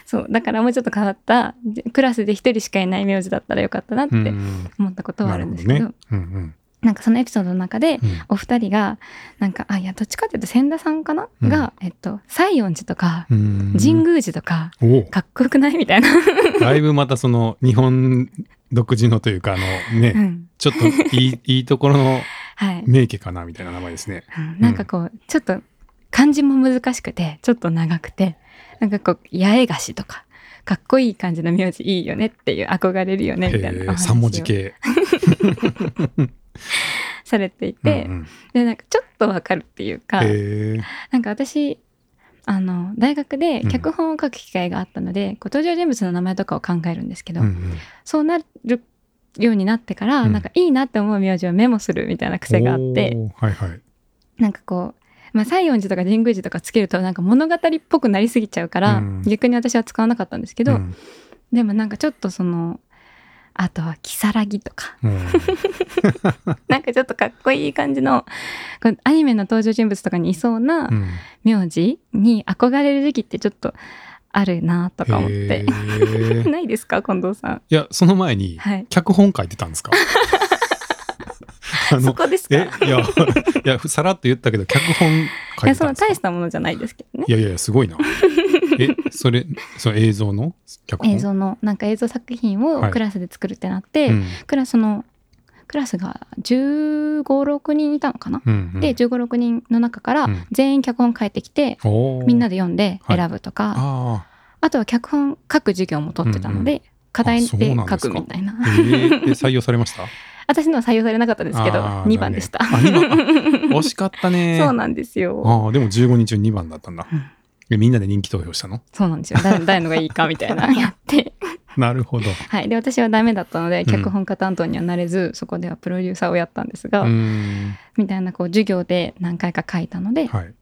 Speaker 1: そうだからもうちょっと変わったでクラスで1人しかいない名字だったらよかったなっ
Speaker 2: う
Speaker 1: て
Speaker 2: ん
Speaker 1: 思ったことはあるんですけ
Speaker 2: な
Speaker 1: ど
Speaker 2: るほどね。うん
Speaker 1: なんかそのエピソードの中で
Speaker 2: うん。うん
Speaker 1: お二人がなんかあいやどっちかっていうと千田さんかな、
Speaker 2: うん
Speaker 1: が、えっと、西園寺とか
Speaker 2: うん
Speaker 1: 神宮寺とか、
Speaker 2: お
Speaker 1: かっこよくないみたいな、
Speaker 2: おだいぶまたその日本独自のというかあのね、
Speaker 1: うん
Speaker 2: ちょっといいいいところの
Speaker 1: はい、
Speaker 2: 名家かなみたいな名前で すね。
Speaker 1: うんなんかこうちょっと漢字も難しくてちょっと長くてなんかこう八重樫とかかっこいい感じの名字いいよねっていう憧れるよねみたいな
Speaker 2: えー
Speaker 1: お話
Speaker 2: 三文字
Speaker 1: を
Speaker 2: 系。
Speaker 1: されていて、
Speaker 2: うんうん
Speaker 1: でなんかちょっとわかるっていうか、
Speaker 2: えー
Speaker 1: なんか私あの大学で
Speaker 2: うん
Speaker 1: 脚本を書く機会があったので、こう登場人物の名前とかを考えるんですけど、
Speaker 2: うんうん
Speaker 1: そうなるようになってから、
Speaker 2: うん
Speaker 1: なんかいいなって思う名字をメモするみたいな癖があって
Speaker 2: おーはいはい。
Speaker 1: なんかこう、まあ、西園寺とか神宮寺とかつけるとなんか物語っぽくなりすぎちゃうから、
Speaker 2: うん
Speaker 1: 逆に私は使わなかったんですけど、
Speaker 2: うん
Speaker 1: でもなんかちょっとそのあとは「如月」とか
Speaker 2: うん
Speaker 1: なんかちょっとかっこいい感じのこうアニメの登場人物とかにいそうな
Speaker 2: うん
Speaker 1: 名字に憧れる時期ってちょっとあるな とか思っ
Speaker 2: え
Speaker 1: て、
Speaker 2: ー
Speaker 1: ないですか近藤さん。
Speaker 2: いやその前に
Speaker 1: はい、
Speaker 2: 脚本書いてたん ですかあ
Speaker 1: そ
Speaker 2: の
Speaker 1: こですか
Speaker 2: えいやいやさらっと言ったけど脚本
Speaker 1: い
Speaker 2: 書い
Speaker 1: や
Speaker 2: て
Speaker 1: そ
Speaker 2: たん
Speaker 1: の
Speaker 2: ですか
Speaker 1: 大したものじゃないですけどね
Speaker 2: いやいやいやすごいな。えそれその映像の脚本
Speaker 1: 映像のなんか映像作品を
Speaker 2: はい
Speaker 1: クラスで作るってなって、
Speaker 2: うん
Speaker 1: クラスのクラスが1 5 6人いたのかな、
Speaker 2: うんうん
Speaker 1: で1 5 6人の中から
Speaker 2: うん
Speaker 1: 全員脚本書いてきて、
Speaker 2: おー
Speaker 1: みんなで読んで選ぶとか、あ
Speaker 2: あ
Speaker 1: とは脚本書く授業も取ってたので、課題
Speaker 2: あそう
Speaker 1: で
Speaker 2: なんで
Speaker 1: 書
Speaker 2: すか
Speaker 1: くみたいな
Speaker 2: あ、えーえ採用されました
Speaker 1: 私のは採用されなかったん ですけど
Speaker 2: あー
Speaker 1: 2番でした、
Speaker 2: 残念あ二番あ惜しかったね
Speaker 1: そうなんですよ
Speaker 2: あーでも15人中2番だったんだ
Speaker 1: うん
Speaker 2: でみんなで人気投票したの
Speaker 1: そうなんですよ誰誰のがいいかみたいなやって
Speaker 2: なるほど。
Speaker 1: はいで私はダメだったので
Speaker 2: ん
Speaker 1: 脚本家担当にはなれず、そこではプロデューサーをやったんですが、
Speaker 2: うーん。
Speaker 1: みたいなこう授業で何回か書いたので、
Speaker 2: はい。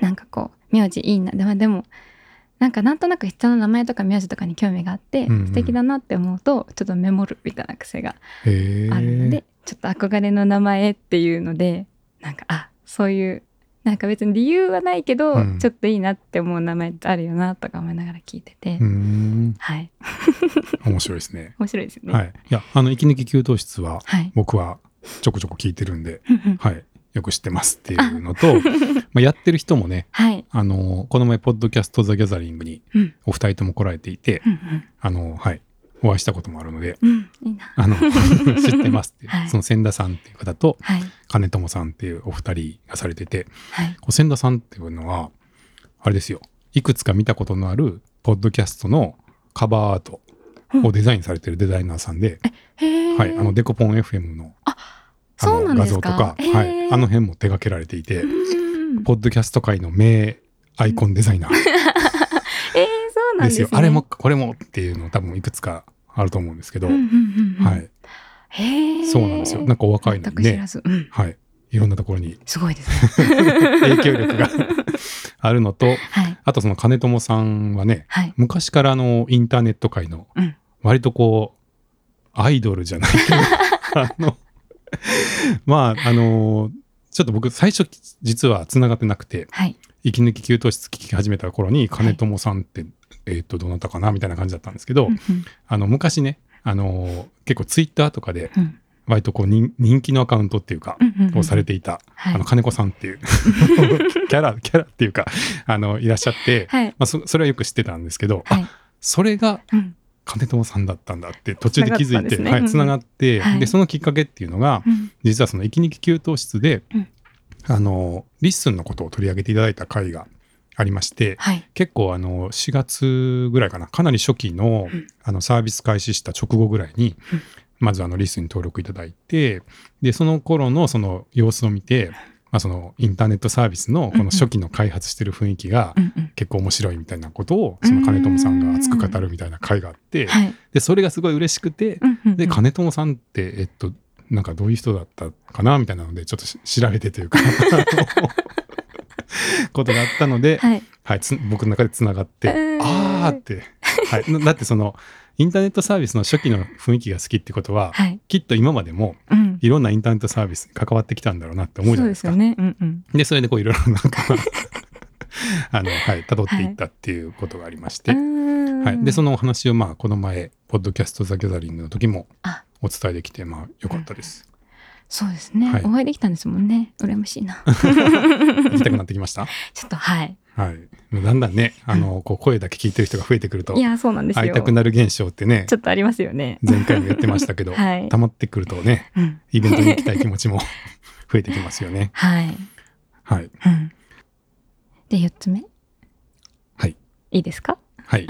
Speaker 1: なんかこう名字いいなでもでもなんかなんとなく人の名前とか名字とかに興味があって、
Speaker 2: うんうん
Speaker 1: 素敵だなって思うとちょっとメモるみたいな癖が
Speaker 2: へえ。
Speaker 1: あるので、ちょっと憧れの名前っていうのでなんかあそういうなんか別に理由はないけど、
Speaker 2: うん
Speaker 1: ちょっといいなって思う名前ってあるよなとか思いながら聞いてて、
Speaker 2: うーん。
Speaker 1: はい
Speaker 2: 面白いですね。
Speaker 1: 面白いですよね。
Speaker 2: はい。いや、あの、息抜き給湯室は、
Speaker 1: はい
Speaker 2: 僕はちょこちょこ聞いてるんで、
Speaker 1: うんうん
Speaker 2: はい。よく知ってますっていうのと、 まあやってる人もね、
Speaker 1: はい
Speaker 2: あの、この前、ポッドキャストザ・ギャザリングに
Speaker 1: うん
Speaker 2: お二人とも来られていて、
Speaker 1: うんうん
Speaker 2: あの、はい。お会いしたこともあるので、
Speaker 1: うん、いいな。
Speaker 2: あの、知ってますっていう、
Speaker 1: はい
Speaker 2: その千田さんっていう方と、
Speaker 1: はい。
Speaker 2: 金友さんっていうお二人がされてて、
Speaker 1: はい。
Speaker 2: こう千田さんっていうのは、あれですよ。いくつか見たことのある、ポッドキャストのカバーアートをデザインされてるデザイナーさんで、
Speaker 1: へえ。
Speaker 2: はい。あの、デコポン FM の、あ
Speaker 1: そうな
Speaker 2: の
Speaker 1: ん
Speaker 2: 画
Speaker 1: です
Speaker 2: 像と
Speaker 1: か。
Speaker 2: か、
Speaker 1: へー
Speaker 2: はい。あの、辺も手掛けられていて
Speaker 1: う、んうん
Speaker 2: ポッドキャスト界の名アイコンデザイナーで
Speaker 1: えー、そう なんですす、ね
Speaker 2: よ。。あれも、これもっていうの多分いくつかあると思うんですけど、
Speaker 1: うんうんうんうん。
Speaker 2: はい。
Speaker 1: へえ。
Speaker 2: そうなんですよ。なんかお若いの
Speaker 1: 全
Speaker 2: に
Speaker 1: く知
Speaker 2: ね
Speaker 1: ら、ず。うん。
Speaker 2: はい。いろんなところに
Speaker 1: すごいですね。
Speaker 2: 影響力が あるのと、
Speaker 1: はい。
Speaker 2: あとその金友さんはね、
Speaker 1: はい。
Speaker 2: 昔からあのインターネット界の
Speaker 1: うん、
Speaker 2: 割とこう、アイドルじゃないけど、 あの、まあ、あの、ちょっと僕最初実は繋がってなくて、
Speaker 1: はい。
Speaker 2: 息抜き給湯室聞き始めた頃に金友さんって、えーっと、どなたかなみたいな感じだったんですけど、
Speaker 1: うんうん
Speaker 2: あの、昔ね、あの、結構ツイッターとかで、
Speaker 1: うん
Speaker 2: 割とこう人人気のアカウントっていうか、
Speaker 1: うんうんうん
Speaker 2: をされていた、
Speaker 1: はい
Speaker 2: あの金子さん っていうキャラキャラっていうかあのいらっしゃって、
Speaker 1: はい。
Speaker 2: まあ、そそれはよく知ってたんですけど、
Speaker 1: はい
Speaker 2: あ。それが
Speaker 1: うん。
Speaker 2: 金友さんだったんだって途中で気づいて
Speaker 1: つながったんですねう
Speaker 2: は
Speaker 1: ん
Speaker 2: い、つながって、
Speaker 1: はい
Speaker 2: でそのきっかけっていうのが
Speaker 1: うん
Speaker 2: 実はその「息抜き給湯室で」
Speaker 1: うん
Speaker 2: あのリッスンのことを取り上げていただいた回がありまして。
Speaker 1: はい。
Speaker 2: 結構あの4月ぐらいかなかなり初期の
Speaker 1: うん
Speaker 2: あのサービス開始した直後ぐらいに
Speaker 1: うん
Speaker 2: まずあのリストに登録いただいてでその頃のその様子を見てまあそのインターネットサービスのこ
Speaker 1: うんうん
Speaker 2: の初期の開発してる雰囲気が
Speaker 1: うんうん。
Speaker 2: 結構面白いみたいなことをその金友さんが熱く語るみたいな回があって
Speaker 1: はい。
Speaker 2: でそれがすごい嬉しくて
Speaker 1: うんうんうん
Speaker 2: で金友さんってえっとなんかどういう人だったかなみたいなのでちょっとし調べてという かあのことがあったので
Speaker 1: はい。
Speaker 2: はい、つ僕の中でつながって、
Speaker 1: うん
Speaker 2: あーって、はい、なだってそのインターネットサービスの初期の雰囲気が好きってことは、
Speaker 1: はい。
Speaker 2: きっと今までも
Speaker 1: うん。
Speaker 2: いろんなインターネットサービスに関わってきたんだろうなって思うじゃ
Speaker 1: そう
Speaker 2: な
Speaker 1: で
Speaker 2: いです
Speaker 1: す
Speaker 2: か。
Speaker 1: よね。うんうん。
Speaker 2: でそれでこういろいろな んかあの、はい、辿っていったっていうことがありまして、はい
Speaker 1: はい
Speaker 2: でそ
Speaker 1: の。
Speaker 2: のお話をまあこの前ポッドキャスト・ザ・ギャザリングの時も
Speaker 1: あ
Speaker 2: お伝えできてまあよかったです。
Speaker 1: そうですね、
Speaker 2: はい
Speaker 1: お会いできたんですもんね。羨ましい な。
Speaker 2: 行きたくなってきました、
Speaker 1: ちょっとはい。
Speaker 2: はい、だんだんねあのこう声だけ聞いてる人が増えてくると
Speaker 1: いやそうなんですよ。
Speaker 2: 会いたくなる現象ってね
Speaker 1: ちょっとありますよね。
Speaker 2: 前回も言ってましたけど、
Speaker 1: はい
Speaker 2: 溜まってくるとね
Speaker 1: うん。
Speaker 2: イベントに行きたい気持ちも 増えてきますよね。
Speaker 1: はい。
Speaker 2: はい
Speaker 1: うん。で、4つ目。
Speaker 2: はい。
Speaker 1: いいですか
Speaker 2: はい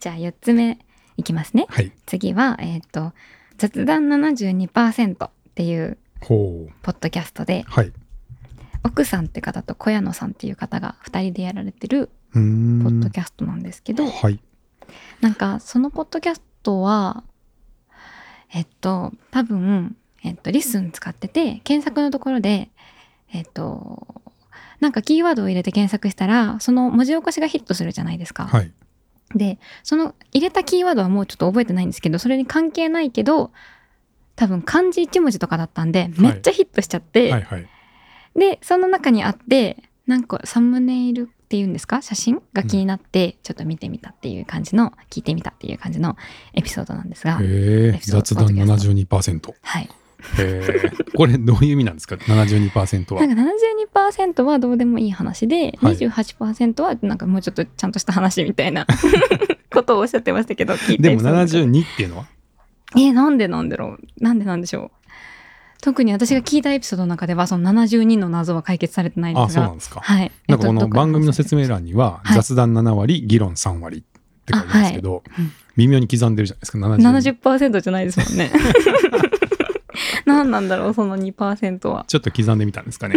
Speaker 1: じゃあ4つ目いきますね。
Speaker 2: はい。
Speaker 1: 次は、えっ、と、雑談72%っていう
Speaker 2: ほう
Speaker 1: ポッドキャストで、
Speaker 2: はい。
Speaker 1: 奥さんって方と小屋野さんっていう方が2人でやられてる
Speaker 2: うーん
Speaker 1: ポッドキャストなんですけど、
Speaker 2: はい
Speaker 1: なんかそのポッドキャストは、えっと、多分、えっと、リスン使ってて、検索のところで、えっと、なんかキーワードを入れて検索したら、その文字起こしがヒットするじゃないですか。
Speaker 2: はい。
Speaker 1: でその入れたキーワードはもうちょっと覚えてないんですけどそれに関係ないけど多分漢字1文字とかだったんでめっちゃヒットしちゃって、
Speaker 2: はいはい。
Speaker 1: でその中にあってなんかサムネイルっていうんですか写真が気になって、ちょっと見てみたっていう感じの聞いてみたっていう感じのエピソードなんですが、
Speaker 2: へえ
Speaker 1: エピソード
Speaker 2: 雑談72%。へ
Speaker 1: はい、
Speaker 2: えこれどういう意味なんですか72%
Speaker 1: な
Speaker 2: は。
Speaker 1: んか72%はどうでもいい話で、
Speaker 2: はい
Speaker 1: 28%はなんかもうちょっとちゃんとした話みたいな ことをおっしゃってましたけど聞いて
Speaker 2: でも
Speaker 1: そうなんです
Speaker 2: 72っていうのは
Speaker 1: えーなんでなんだろうなんでなんでしょう特に私が聞いたエピソードの中ではその72の謎は解決されてないで
Speaker 2: あ
Speaker 1: す
Speaker 2: そう
Speaker 1: が
Speaker 2: なんですか。
Speaker 1: はい
Speaker 2: なんかこ
Speaker 1: えっ
Speaker 2: の
Speaker 1: とどから
Speaker 2: 番組の説明欄には
Speaker 1: はい
Speaker 2: 雑談7割議論3割って書いてますけど
Speaker 1: いうん
Speaker 2: 微妙に刻んでるじゃないですか70
Speaker 1: 70%じゃないですもん ね何なんだろうその2%は
Speaker 2: ちょっと刻んでみたんですかね。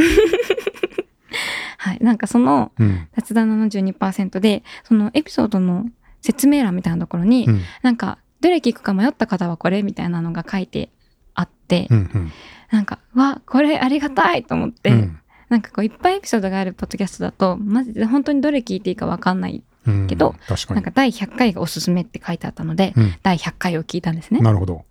Speaker 1: はい。なんかその
Speaker 2: うん。
Speaker 1: 雑談72%で、そのエピソードの説明欄みたいなところに、
Speaker 2: うん。
Speaker 1: なんか、どれ聞くか迷った方はこれみたいなのが書いてあって、
Speaker 2: うん。うん
Speaker 1: なんか、わ、これありがたいと思って、
Speaker 2: うん
Speaker 1: なんかこういっぱいエピソードがあるポッドキャストだと、マジで本当にどれ聞いていいかわかんない。
Speaker 2: うん
Speaker 1: けど
Speaker 2: 確か
Speaker 1: な
Speaker 2: に
Speaker 1: んか第100回がおすすめって書いてあったので、
Speaker 2: うん
Speaker 1: 第100回を聞いたんですね。
Speaker 2: なるほど。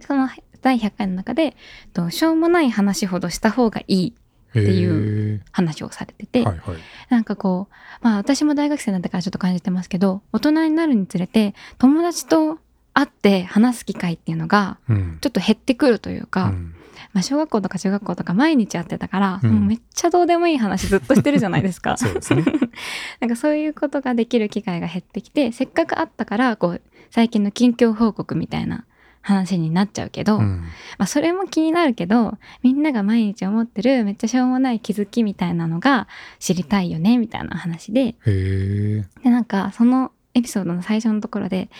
Speaker 1: その第100回の中で、としょうもない話ほどした方がいい
Speaker 2: へ
Speaker 1: て
Speaker 2: え。
Speaker 1: 話をされてて、
Speaker 2: はいはい。
Speaker 1: なんかこう、まあ私も大学生になってからちょっと感じてますけど、大人になるにつれて、友達と会って話す機会っていうのが、
Speaker 2: うん。
Speaker 1: ちょっと減ってくるというか、
Speaker 2: うん
Speaker 1: まあ小学校とか中学校とか毎日会ってたから、
Speaker 2: うん
Speaker 1: もうめっちゃどうでもいい話ずっとしてるじゃないですか。
Speaker 2: そうですね。
Speaker 1: なんかそういうことができる機会が減ってきて、せっかく会ったから、こう、最近の近況報告みたいな話になっちゃうけど、
Speaker 2: うん。
Speaker 1: まあ、 それも気になるけどみんなが毎日思ってるめっちゃしょうもない気づきみたいなのが知りたいよねみたいな話で
Speaker 2: へえ。
Speaker 1: でなんかそのエピソードの最初のところで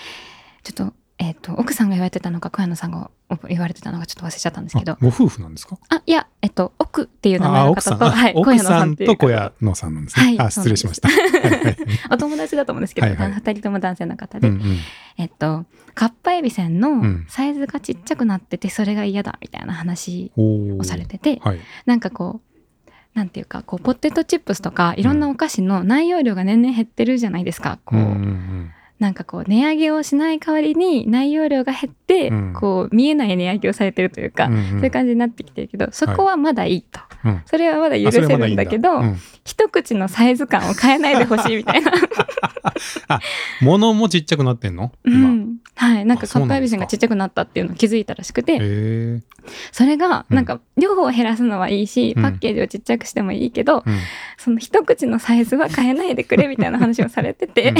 Speaker 1: ちょっと,、えっと奥さんが言われてたのか小山さんが言われてたのかちょっと忘れちゃったんですけど
Speaker 2: あご夫婦なんですか
Speaker 1: あいやえっと奥っていう名前
Speaker 2: あ
Speaker 1: の
Speaker 2: 奥
Speaker 1: 方
Speaker 2: さん
Speaker 1: と、はい、小
Speaker 2: 奥
Speaker 1: 山さ
Speaker 2: さ
Speaker 1: んっ
Speaker 2: ん
Speaker 1: ていう
Speaker 2: と小屋野さんなんですね。
Speaker 1: はい
Speaker 2: あ、失礼しました。はいはい
Speaker 1: お友達だと思うんですけど、
Speaker 2: はいはい
Speaker 1: 2人とも男性の方
Speaker 2: う
Speaker 1: で、
Speaker 2: んうん
Speaker 1: えっとかっぱえびせんの
Speaker 2: うん
Speaker 1: サイズがちっちゃくなっててそれが嫌だみたいな話
Speaker 2: お
Speaker 1: を
Speaker 2: ー
Speaker 1: されてて、
Speaker 2: はい。
Speaker 1: なんかこうなんていうかこうポテトチップスとかいろんなお菓子の内容量が年々減ってるじゃないですか、
Speaker 2: うんう
Speaker 1: こうんなんかこう値上げをしない代わりに内容量が減って、
Speaker 2: うん
Speaker 1: こう見えない値上げをされてるというか、
Speaker 2: うんうんうん
Speaker 1: そういう感じになってきてるけどそこはまだいいと、
Speaker 2: うん
Speaker 1: それはまだ許
Speaker 2: あそ
Speaker 1: せ
Speaker 2: れはま
Speaker 1: る
Speaker 2: いい
Speaker 1: んだけど
Speaker 2: うん
Speaker 1: 一口のサイズ感を変えないでほしいみたい な、
Speaker 2: 物もちっちゃくなってんの
Speaker 1: う
Speaker 2: 今。
Speaker 1: んはい、なんか
Speaker 2: あそ
Speaker 1: カ
Speaker 2: うな
Speaker 1: ッパエ
Speaker 2: んですか
Speaker 1: ビセンがちっちゃくなったっていうのを気づいたらしくて
Speaker 2: へえ。
Speaker 1: それが
Speaker 2: うん
Speaker 1: なんか量を減らすのはいいし、
Speaker 2: うん
Speaker 1: パッケージをちっちゃくしてもいいけど、
Speaker 2: うん
Speaker 1: その一口のサイズは変えないでくれみたいな話をされてて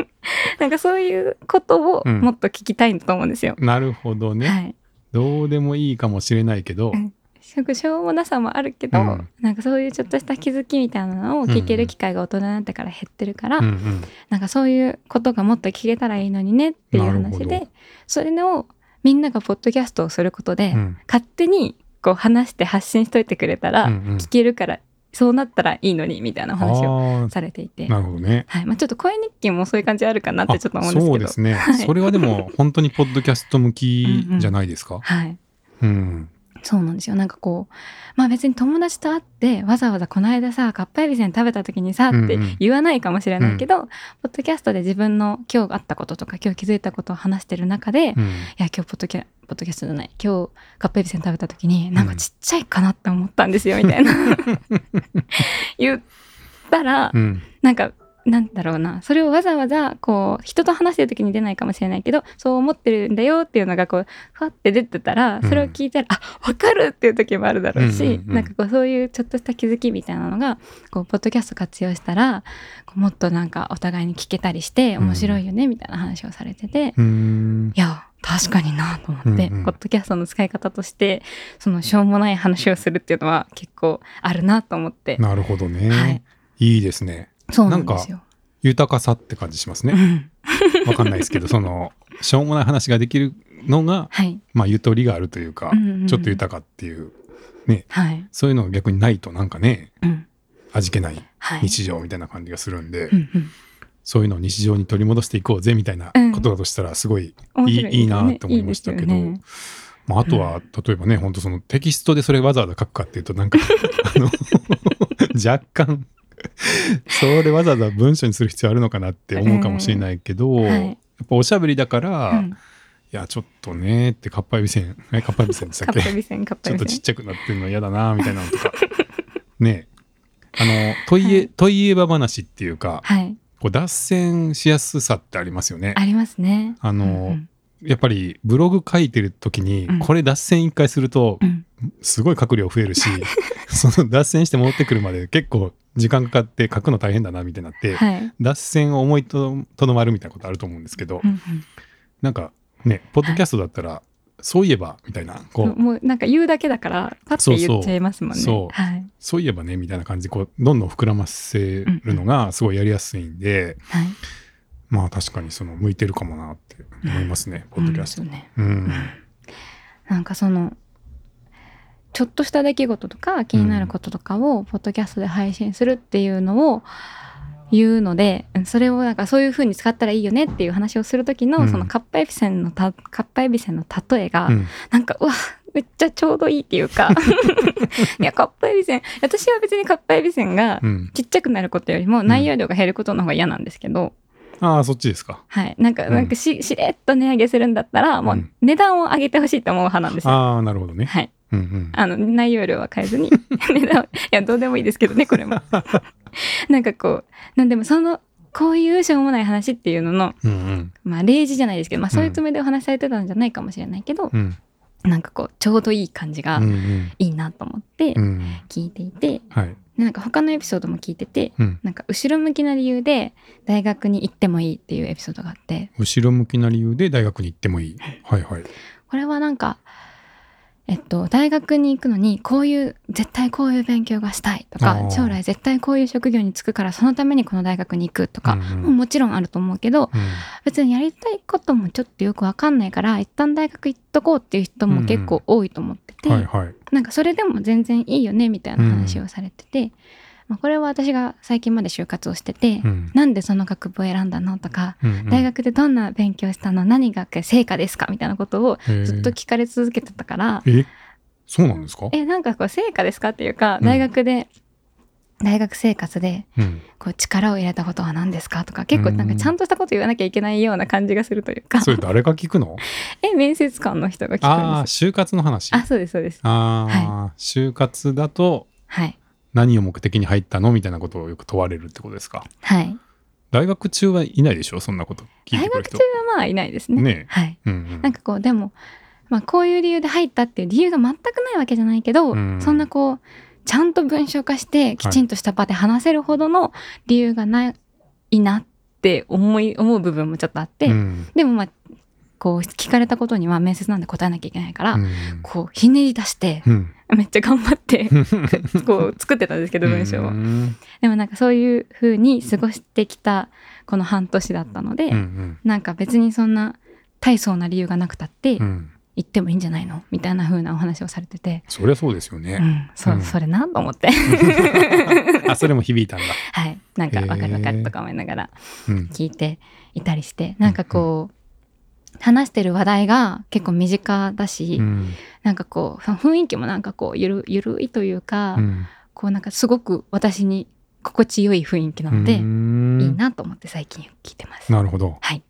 Speaker 1: なんかそういうことを
Speaker 2: うん
Speaker 1: もっと聞きたいんだと思うん ですよ。
Speaker 2: なるほどね。
Speaker 1: はい
Speaker 2: どうでもいいかもしれないけど
Speaker 1: う、ん食しょうもなさもあるけど、
Speaker 2: うん
Speaker 1: なんかそういうちょっとした気づきみたいなのを聞ける機会が大人になってから減ってるから、
Speaker 2: うんうん
Speaker 1: なんかそういうことがもっと聞けたらいいのにねっていう
Speaker 2: なるほ
Speaker 1: 話で
Speaker 2: ど
Speaker 1: それをみんながポッドキャストをすることで、
Speaker 2: うん
Speaker 1: 勝手にこう話して発信しといてくれたら、
Speaker 2: うんうん
Speaker 1: 聞けるからそうなったらいいのにみたいなお話を
Speaker 2: あ
Speaker 1: されていて
Speaker 2: ー。なるほどね。
Speaker 1: はいまあ、ちょっと声日記もそういう感じあるかなってちょっと思うんですけど
Speaker 2: そうですね、
Speaker 1: はい
Speaker 2: それはでも本当にポッドキャスト向きじゃないですか。
Speaker 1: はい、
Speaker 2: うん、
Speaker 1: そうなんですよなんかこうまあ別に友達と会ってわざわざこの間さかっぱえびせん食べた時にさっ
Speaker 2: うんう
Speaker 1: て
Speaker 2: ん
Speaker 1: 言わないかもしれないけど、ポッドキャストで自分の今日あったこととか今日気づいたことを話してる中で、い
Speaker 2: うん
Speaker 1: や今日ポッドキャポッドキャストじゃない今日かっぱえびせん食べた時になんかちっちゃいかなって思ったんですよみ たいな言ったら
Speaker 2: うん
Speaker 1: なんか、なんだろうな。それをわざわざ、こう、人と話してる時に出ないかもしれないけど、そう思ってるんだよっていうのが、こう、ふわって出てたら、それを聞いたら、あ、わかるっていう時もあるだろうし、
Speaker 2: うんうんうん
Speaker 1: なんかこう、そういうちょっとした気づきみたいなのが、こう、ポッドキャスト活用したら、こうもっとなんか、お互いに聞けたりして、面白いよね、みたいな話をされてて、
Speaker 2: うーん
Speaker 1: いや、確かになと思って、
Speaker 2: うんうん
Speaker 1: ポッドキャストの使い方として、その、しょうもない話をするっていうのは結構あるなと思って、
Speaker 2: なるほどね、
Speaker 1: はい
Speaker 2: い、いですね。
Speaker 1: そうなんですよ。
Speaker 2: 豊かさって感じします
Speaker 1: う
Speaker 2: ね。
Speaker 1: ん
Speaker 2: わかんないですけど、そのしょうもない話ができるのが、
Speaker 1: はい。
Speaker 2: まあゆとりがあるというか、
Speaker 1: うんうんうん
Speaker 2: ちょっと豊かっていう
Speaker 1: はい。
Speaker 2: そういうのが逆にないとなんかね、
Speaker 1: うん
Speaker 2: 味気ない
Speaker 1: はい。
Speaker 2: 日常みたいな感じがするんで、
Speaker 1: うんうん
Speaker 2: そういうのを日常に取り戻していこうぜみたいな
Speaker 1: うん
Speaker 2: ことだとしたらすごい
Speaker 1: 面
Speaker 2: いい,、
Speaker 1: 白
Speaker 2: いい
Speaker 1: ですよ
Speaker 2: な
Speaker 1: ね
Speaker 2: って思いましたけど
Speaker 1: いいですよね
Speaker 2: まあ、あとは、例えばね本当そのテキストでそれわざわざ書くかっていうとな んかあの 若干それわざわざ文章にする必要あるのかなって思うかもしれないけど、
Speaker 1: んはい
Speaker 2: やっぱおしゃべりだから、
Speaker 1: うん
Speaker 2: いやちょっとねってかっぱえびせんえかっぱえびせんでした
Speaker 1: カ
Speaker 2: っけ
Speaker 1: ッパビセンカッパ
Speaker 2: ちょっ
Speaker 1: ビ
Speaker 2: とちっ
Speaker 1: セン
Speaker 2: ちゃくなってるの嫌だなみたいなのとか ねえあのといえ、
Speaker 1: はい
Speaker 2: といえば話っていうか
Speaker 1: はい
Speaker 2: こう脱線しやすさってありますよね。
Speaker 1: ありますね
Speaker 2: あの、
Speaker 1: うんうん
Speaker 2: やっぱりブログ書いてる時に、
Speaker 1: うん
Speaker 2: これ脱線一回すると
Speaker 1: うん
Speaker 2: すごい書く量 増えるしその脱線して戻ってくるまで結構時間かかって書くの大変だなみたいになって、
Speaker 1: はいうん
Speaker 2: 脱線を思いととどまるみたいなことあると思うんですけど、
Speaker 1: うん
Speaker 2: なんかねポッドキャストだったら、そういえばみたいなこう、
Speaker 1: もうなんか言うだけだからパッて言っちゃいますもんね
Speaker 2: そうそう
Speaker 1: はい
Speaker 2: そういえばねみたいな感じでこうどんどん膨らませるのがすごいやりやすいんで、
Speaker 1: はい
Speaker 2: まあ確かにその向いてるかもなって思いますね、
Speaker 1: う
Speaker 2: ポッ
Speaker 1: ん
Speaker 2: ドキャスト。
Speaker 1: そうね
Speaker 2: うん
Speaker 1: なんかそのちょっとした出来事とか気になることとかをポッドキャストで配信するっていうのを言うのでうんそれをなんかそういう風に使ったらいいよねっていう話をする時の、
Speaker 2: うん
Speaker 1: そのカッパエビセンのたカッパエビセンの例えが、
Speaker 2: うん
Speaker 1: なんかうわめっちゃちょうどいいっていう かいやカッパエビセン私は別にカッパエビセンが
Speaker 2: うん、
Speaker 1: ちっちゃくなることよりも内容量が減ることの方が嫌なんですけど、
Speaker 2: ああそっちですか
Speaker 1: はいなんか
Speaker 2: うん
Speaker 1: なんかし,、しれっと値上げするんだったらも
Speaker 2: う
Speaker 1: うん値段を上げてほしいと思う派なんですよ。
Speaker 2: ああなるほどね、
Speaker 1: はい
Speaker 2: うんうん、
Speaker 1: あの内容量は変えずに 値段をいやどうでもいいですけどねこれも なんかこうなんでもそのこういうしょうもない話っていうのの
Speaker 2: うんうん
Speaker 1: まあ例示じゃないですけど、まあ、そういうつもりでお話しされてたんじゃないかもしれないけど、
Speaker 2: うん
Speaker 1: なんかこうちょうどいい感じが
Speaker 2: うんうん
Speaker 1: いいなと思って
Speaker 2: うん
Speaker 1: 聞いていて、
Speaker 2: はい
Speaker 1: なんか他のエピソードも聞いてて
Speaker 2: うん
Speaker 1: なんか後ろ向きな理由で大学に行ってもいいっていうエピソードがあって
Speaker 2: 後ろ向きな理由で大学に行ってもいいはいはい
Speaker 1: これはなんかえっと大学に行くのにこういう絶対こういう勉強がしたいと
Speaker 2: あ
Speaker 1: か
Speaker 2: ー
Speaker 1: 将来絶対こういう職業に就くからそのためにこの大学に行くとか、
Speaker 2: うん
Speaker 1: ももちろんあると思うけど
Speaker 2: うん
Speaker 1: 別にやりたいこともちょっとよくわかんないから一旦大学行っとこうっていう人も結構多いと思ってて、
Speaker 2: はいはい
Speaker 1: なんかそれでも全然いいよねみたいな話をされてて、まあ、これは私が最近まで就活をしてて、
Speaker 2: うん
Speaker 1: なんでその学部を選んだのとか、
Speaker 2: うんうん
Speaker 1: 大学でどんな勉強したの何が成果ですかみたいなことを
Speaker 2: へー
Speaker 1: ずっと聞かれ続けてたから、
Speaker 2: えそうなんですか
Speaker 1: えなんかこう成果ですかっていうか
Speaker 2: うん
Speaker 1: 大学で、大学生活で
Speaker 2: うん
Speaker 1: こう力を入れたことは何ですかとか結構なん
Speaker 2: う
Speaker 1: か
Speaker 2: ん
Speaker 1: ちゃんとしたこと言わなきゃいけないような感じがするというか、
Speaker 2: それ誰が聞くの
Speaker 1: え面接官の人が聞く
Speaker 2: あ
Speaker 1: ん
Speaker 2: あ
Speaker 1: です
Speaker 2: 就活の話
Speaker 1: あそうですそうです
Speaker 2: あー、就活だと
Speaker 1: はい
Speaker 2: 何を目的に入ったのみたいなことをよく問われるってことですか
Speaker 1: はい
Speaker 2: 大学中はいないでしょそんなこと聞い
Speaker 1: 大
Speaker 2: てくる
Speaker 1: 学
Speaker 2: 人
Speaker 1: 中はまあいないですね
Speaker 2: ね
Speaker 1: はい
Speaker 2: うんうん
Speaker 1: なんかこうでも、まあ、こういう理由で入ったっていう理由が全くないわけじゃないけど、
Speaker 2: うん
Speaker 1: そんなこうちゃんと文章化してきちんとした場で話せるほどの理由がない,、なって思い思う部分もちょっとあって、
Speaker 2: うん
Speaker 1: でもまあこう聞かれたことには面接なんで答えなきゃいけないから、
Speaker 2: うん
Speaker 1: こうひねり出して
Speaker 2: うん
Speaker 1: めっちゃ頑張 って。こう作ってたんですけど文章を、
Speaker 2: うん
Speaker 1: でもなんかそういう風に過ごしてきたこの半年だったので、
Speaker 2: うん
Speaker 1: なんか別にそんな大層な理由がなくたって、
Speaker 2: うんうん
Speaker 1: 行ってもいいんじゃないのみたいな風なお話をされてて、
Speaker 2: そりゃそうですよ
Speaker 1: う
Speaker 2: ね
Speaker 1: ん、そう、
Speaker 2: うん
Speaker 1: それなと思って、
Speaker 2: あそれも響いたんだ
Speaker 1: はい、なんか
Speaker 2: へー
Speaker 1: わかるわかるとか思いながら
Speaker 2: うん
Speaker 1: 聞いていたりして、なんかこう、話してる話題が結構身近だし、
Speaker 2: うん
Speaker 1: なんかこう、雰囲気もなんかこう、ゆる、ゆるいというか、
Speaker 2: うん
Speaker 1: こうなんかすごく私に心地よい雰囲気なので、
Speaker 2: うん
Speaker 1: いいなと思って最近聞いてます。
Speaker 2: なるほど
Speaker 1: はい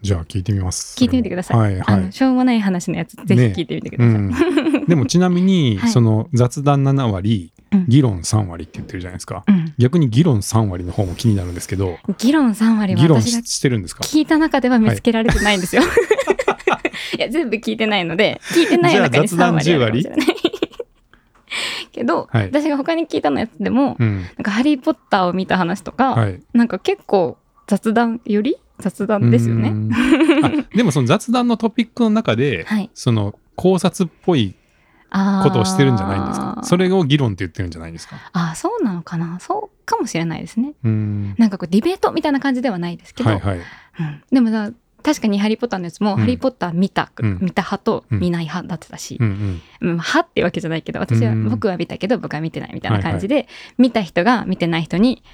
Speaker 2: じゃあ聞いてみます
Speaker 1: 聞いてみてください
Speaker 2: はい
Speaker 1: あ
Speaker 2: はい
Speaker 1: の、しょうもない話のやつ、ぜひ聞いてみてく
Speaker 2: う
Speaker 1: ださい。
Speaker 2: ん、でもちなみに、
Speaker 1: はい
Speaker 2: その雑談7割
Speaker 1: うん
Speaker 2: 議論3割って言ってるじゃないですか
Speaker 1: うん。
Speaker 2: 逆に議論3割の方も気になるんですけど
Speaker 1: 議論3割は
Speaker 2: 議論
Speaker 1: 私
Speaker 2: し
Speaker 1: が
Speaker 2: してるんですか
Speaker 1: 聞いた中では見つけられてないんですよ。 い、や全部聞いてないので聞いてない中に
Speaker 2: じゃあ
Speaker 1: 3割
Speaker 2: 雑
Speaker 1: あ
Speaker 2: 談
Speaker 1: るかもしれない。 けど、
Speaker 2: はい
Speaker 1: 私が他に聞いたのやつでも、
Speaker 2: うん
Speaker 1: なんか「ハリー・ポッター」を見た話とか、
Speaker 2: はい
Speaker 1: なんか結構雑談より雑談ですよ
Speaker 2: う
Speaker 1: ね。
Speaker 2: んあでもその雑談のトピックの中で、
Speaker 1: はい、
Speaker 2: その考察っぽい
Speaker 1: あー
Speaker 2: ことをしてるんじゃないんですかそれを議論って言ってるんじゃないんですか
Speaker 1: あーそうなのかなそうかもしれないですね。
Speaker 2: うん
Speaker 1: なんかこうディベートみたいな感じではないですけど、
Speaker 2: はいはい
Speaker 1: うんでもさ確かに「ハリー・ポッター」のやつも「
Speaker 2: うん
Speaker 1: ハリー・ポッター見た」
Speaker 2: うん
Speaker 1: 見た派と
Speaker 2: うん
Speaker 1: 見ない派だってたし、
Speaker 2: うんうん
Speaker 1: うん、はっていうわけじゃないけど私は
Speaker 2: うん
Speaker 1: 僕は見たけど僕は見てないみたいな感じで、見た人が見てない人に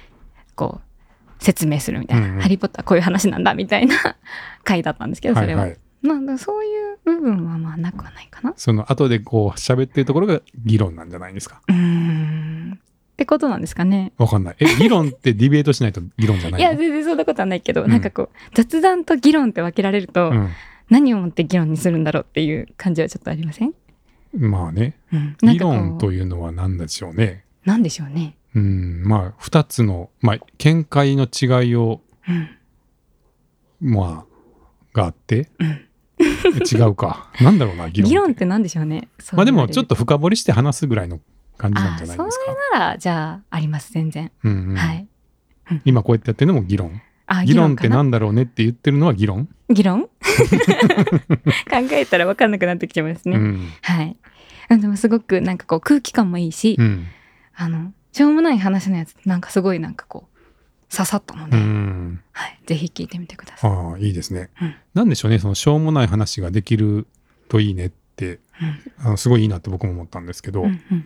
Speaker 1: こう説明するみたいな「
Speaker 2: うんうん
Speaker 1: ハリー・ポッターこういう話なんだ」みたいな 回だったんですけどそ
Speaker 2: は
Speaker 1: れ
Speaker 2: い
Speaker 1: は、
Speaker 2: はい
Speaker 1: まあだからそういう部分はまあなくはないかな
Speaker 2: その後でこう喋ってるところが議論なんじゃないんですか
Speaker 1: うーんってことなんですかね
Speaker 2: わかんないえ議論ってディベートしないと議論じゃないい
Speaker 1: や
Speaker 2: の
Speaker 1: 全然そんなことはないけど、
Speaker 2: うん
Speaker 1: なんかこう雑談と議論って分けられると、何をもって議論にするんだろうっていう感じはちょっとありません、
Speaker 2: うん、まあね
Speaker 1: うん、なん
Speaker 2: 議
Speaker 1: かこう
Speaker 2: 論というのは何でしょうね。
Speaker 1: なんでしょうね、
Speaker 2: うん、まあ2つの、まあ、見解の違いを
Speaker 1: うん
Speaker 2: まあがあって、
Speaker 1: ん
Speaker 2: 違うかなんだろうな 議
Speaker 1: 議
Speaker 2: 論
Speaker 1: 論って何でしょうねそう
Speaker 2: まあで
Speaker 1: 言われ
Speaker 2: も
Speaker 1: る
Speaker 2: ちょっと深掘りして話すぐらいの感じなん
Speaker 1: あ
Speaker 2: じ
Speaker 1: あ
Speaker 2: ゃない
Speaker 1: そ
Speaker 2: ですか。
Speaker 1: れならじゃああります全然、
Speaker 2: うんうん
Speaker 1: はい
Speaker 2: 今こうやってやってるのも議論
Speaker 1: あ
Speaker 2: 議論って
Speaker 1: かな
Speaker 2: なんだろうねって言ってるのは議論、
Speaker 1: 議 論考えたら分かんなくなってきちゃいますね、
Speaker 2: うん
Speaker 1: はいあでもすごくなんかこう空気感もいいし、
Speaker 2: うん
Speaker 1: あのしょうもない話のやつなんかすごいなんかこう刺さったの
Speaker 2: う
Speaker 1: で、
Speaker 2: ん、
Speaker 1: はい、ぜひ聞いてみてください
Speaker 2: ああいいですね、
Speaker 1: うん
Speaker 2: なんでしょうねそのしょうもない話ができるといいねっってあのすごいいいなって僕も思ったんですけど、
Speaker 1: うんうん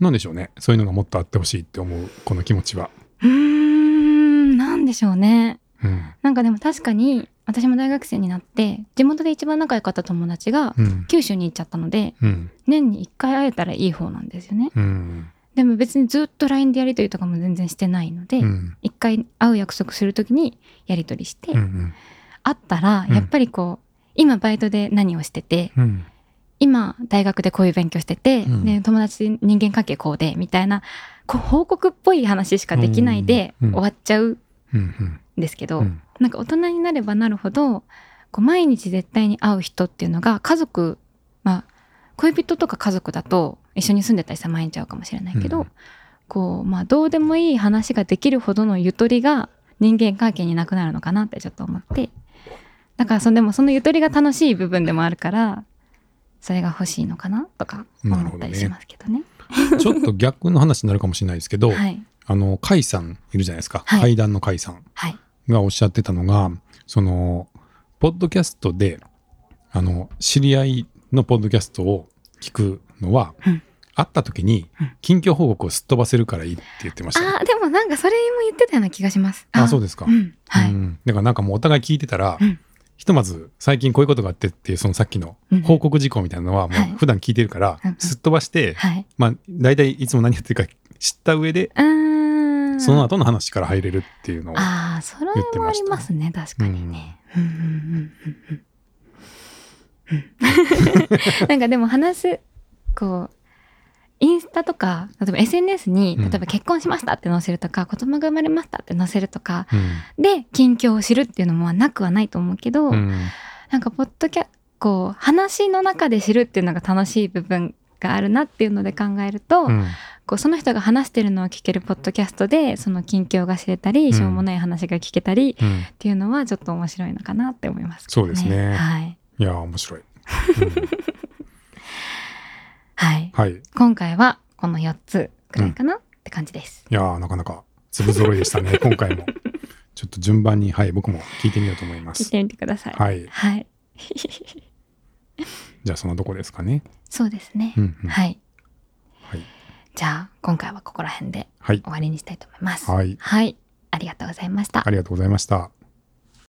Speaker 2: なんでしょうねそういうのがもっとあってほしいって思うこの気持ちは。
Speaker 1: うーんなんでしょうね
Speaker 2: うん
Speaker 1: なんかでも確かに私も大学生になって地元で一番仲良かった友達が
Speaker 2: うん
Speaker 1: 九州に行っちゃったので
Speaker 2: うん
Speaker 1: 年に1回会えたらいい方なんですよね
Speaker 2: うん
Speaker 1: でも別にずっと LINE でやり取りとかも全然してないので、
Speaker 2: うん
Speaker 1: 一回会う約束するときにやり取りして、
Speaker 2: うん
Speaker 1: 会ったら
Speaker 2: うん
Speaker 1: やっぱりこう、今バイトで何をしてて
Speaker 2: うん
Speaker 1: 今大学でこういう勉強してて、
Speaker 2: うん
Speaker 1: で友達人間関係こうでみたいなこう報告っぽい話しかできないで
Speaker 2: うん
Speaker 1: 終わっちゃう
Speaker 2: うんうん
Speaker 1: んですけど、
Speaker 2: うん
Speaker 1: なんか大人になればなるほどこう毎日絶対に会う人っていうのが家族まあ恋人とか家族だと一緒に住んでたりしたら毎日会うかもしれないけど、
Speaker 2: うん
Speaker 1: こうまあどうでもいい話ができるほどのゆとりが人間関係になくなるのかなってちょっと思ってだからそのでもそのゆとりが楽しい部分でもあるからそれが欲しいのかなとか思ったりしますけどね。
Speaker 2: ちょっと逆の話になるかもしれないですけど、
Speaker 1: はい、
Speaker 2: あの甲斐さんいるじゃないですか、
Speaker 1: はい
Speaker 2: 階段の甲斐さん
Speaker 1: はい、
Speaker 2: がおっしゃってたのがそのポッドキャストであの知り合いのポッドキャストを聞くのは、
Speaker 1: うん
Speaker 2: 会った時に
Speaker 1: うん
Speaker 2: 近況報告をすっ飛ばせるからいいって言ってましたね、
Speaker 1: あーでもなんかそれも言ってたような気がします。
Speaker 2: あそう
Speaker 1: で
Speaker 2: ですか、
Speaker 1: うんはい
Speaker 2: うんだからなんかもうお互い聞いてたら、
Speaker 1: うん
Speaker 2: ひとまず最近こういうことがあってっていうそのさっきの
Speaker 1: うん
Speaker 2: 報告事項みたいなのはも
Speaker 1: はいう
Speaker 2: 普段聞いてるから
Speaker 1: うんうん
Speaker 2: すっ飛ばして、
Speaker 1: はい、
Speaker 2: まあ大体いつも何やってるか知った上で
Speaker 1: うーん
Speaker 2: その後の話から入れるっていうのを
Speaker 1: ああそれも
Speaker 2: 言って
Speaker 1: あ
Speaker 2: まし
Speaker 1: り
Speaker 2: た
Speaker 1: ますね確かにね。うんうんうんうんうんなんかでも話すこうインスタとか例えば SNS に
Speaker 2: う
Speaker 1: 例
Speaker 2: ん
Speaker 1: えば結婚しましたって載せるとか、子供が生まれましたって載せるとか
Speaker 2: う
Speaker 1: で近況を知るっていうのもなくはないと思うけど、
Speaker 2: んうん
Speaker 1: なんかポッドキャこう話の中で知るっていうのが楽しい部分があるなっていうので考えると、
Speaker 2: うん
Speaker 1: こうその人が話してるのを聞けるポッドキャストでその近況が知れたり、
Speaker 2: うん
Speaker 1: しょうもない話が聞けたり
Speaker 2: うん
Speaker 1: っていうのはちょっと面白いのかなって思いますけど、
Speaker 2: そうですね
Speaker 1: はい、
Speaker 2: いやー面白い、うん
Speaker 1: はい、
Speaker 2: はいい
Speaker 1: 今回はこの4つくらいかなって感じです。
Speaker 2: やーなかなか粒揃いでし たね今回もちょっと順番にはい僕も聞いてみようと思いま
Speaker 1: 聞い
Speaker 2: す
Speaker 1: てみてください。い、
Speaker 2: はい
Speaker 1: はい、
Speaker 2: じゃあそのとこですかね
Speaker 1: そうですね。
Speaker 2: うんうん
Speaker 1: はい、
Speaker 2: はい
Speaker 1: じゃあ今回はここら辺で
Speaker 2: はい
Speaker 1: 終わりにしたいと思います。
Speaker 2: はい
Speaker 1: はい、ありがとうございました。
Speaker 2: ありがとうございました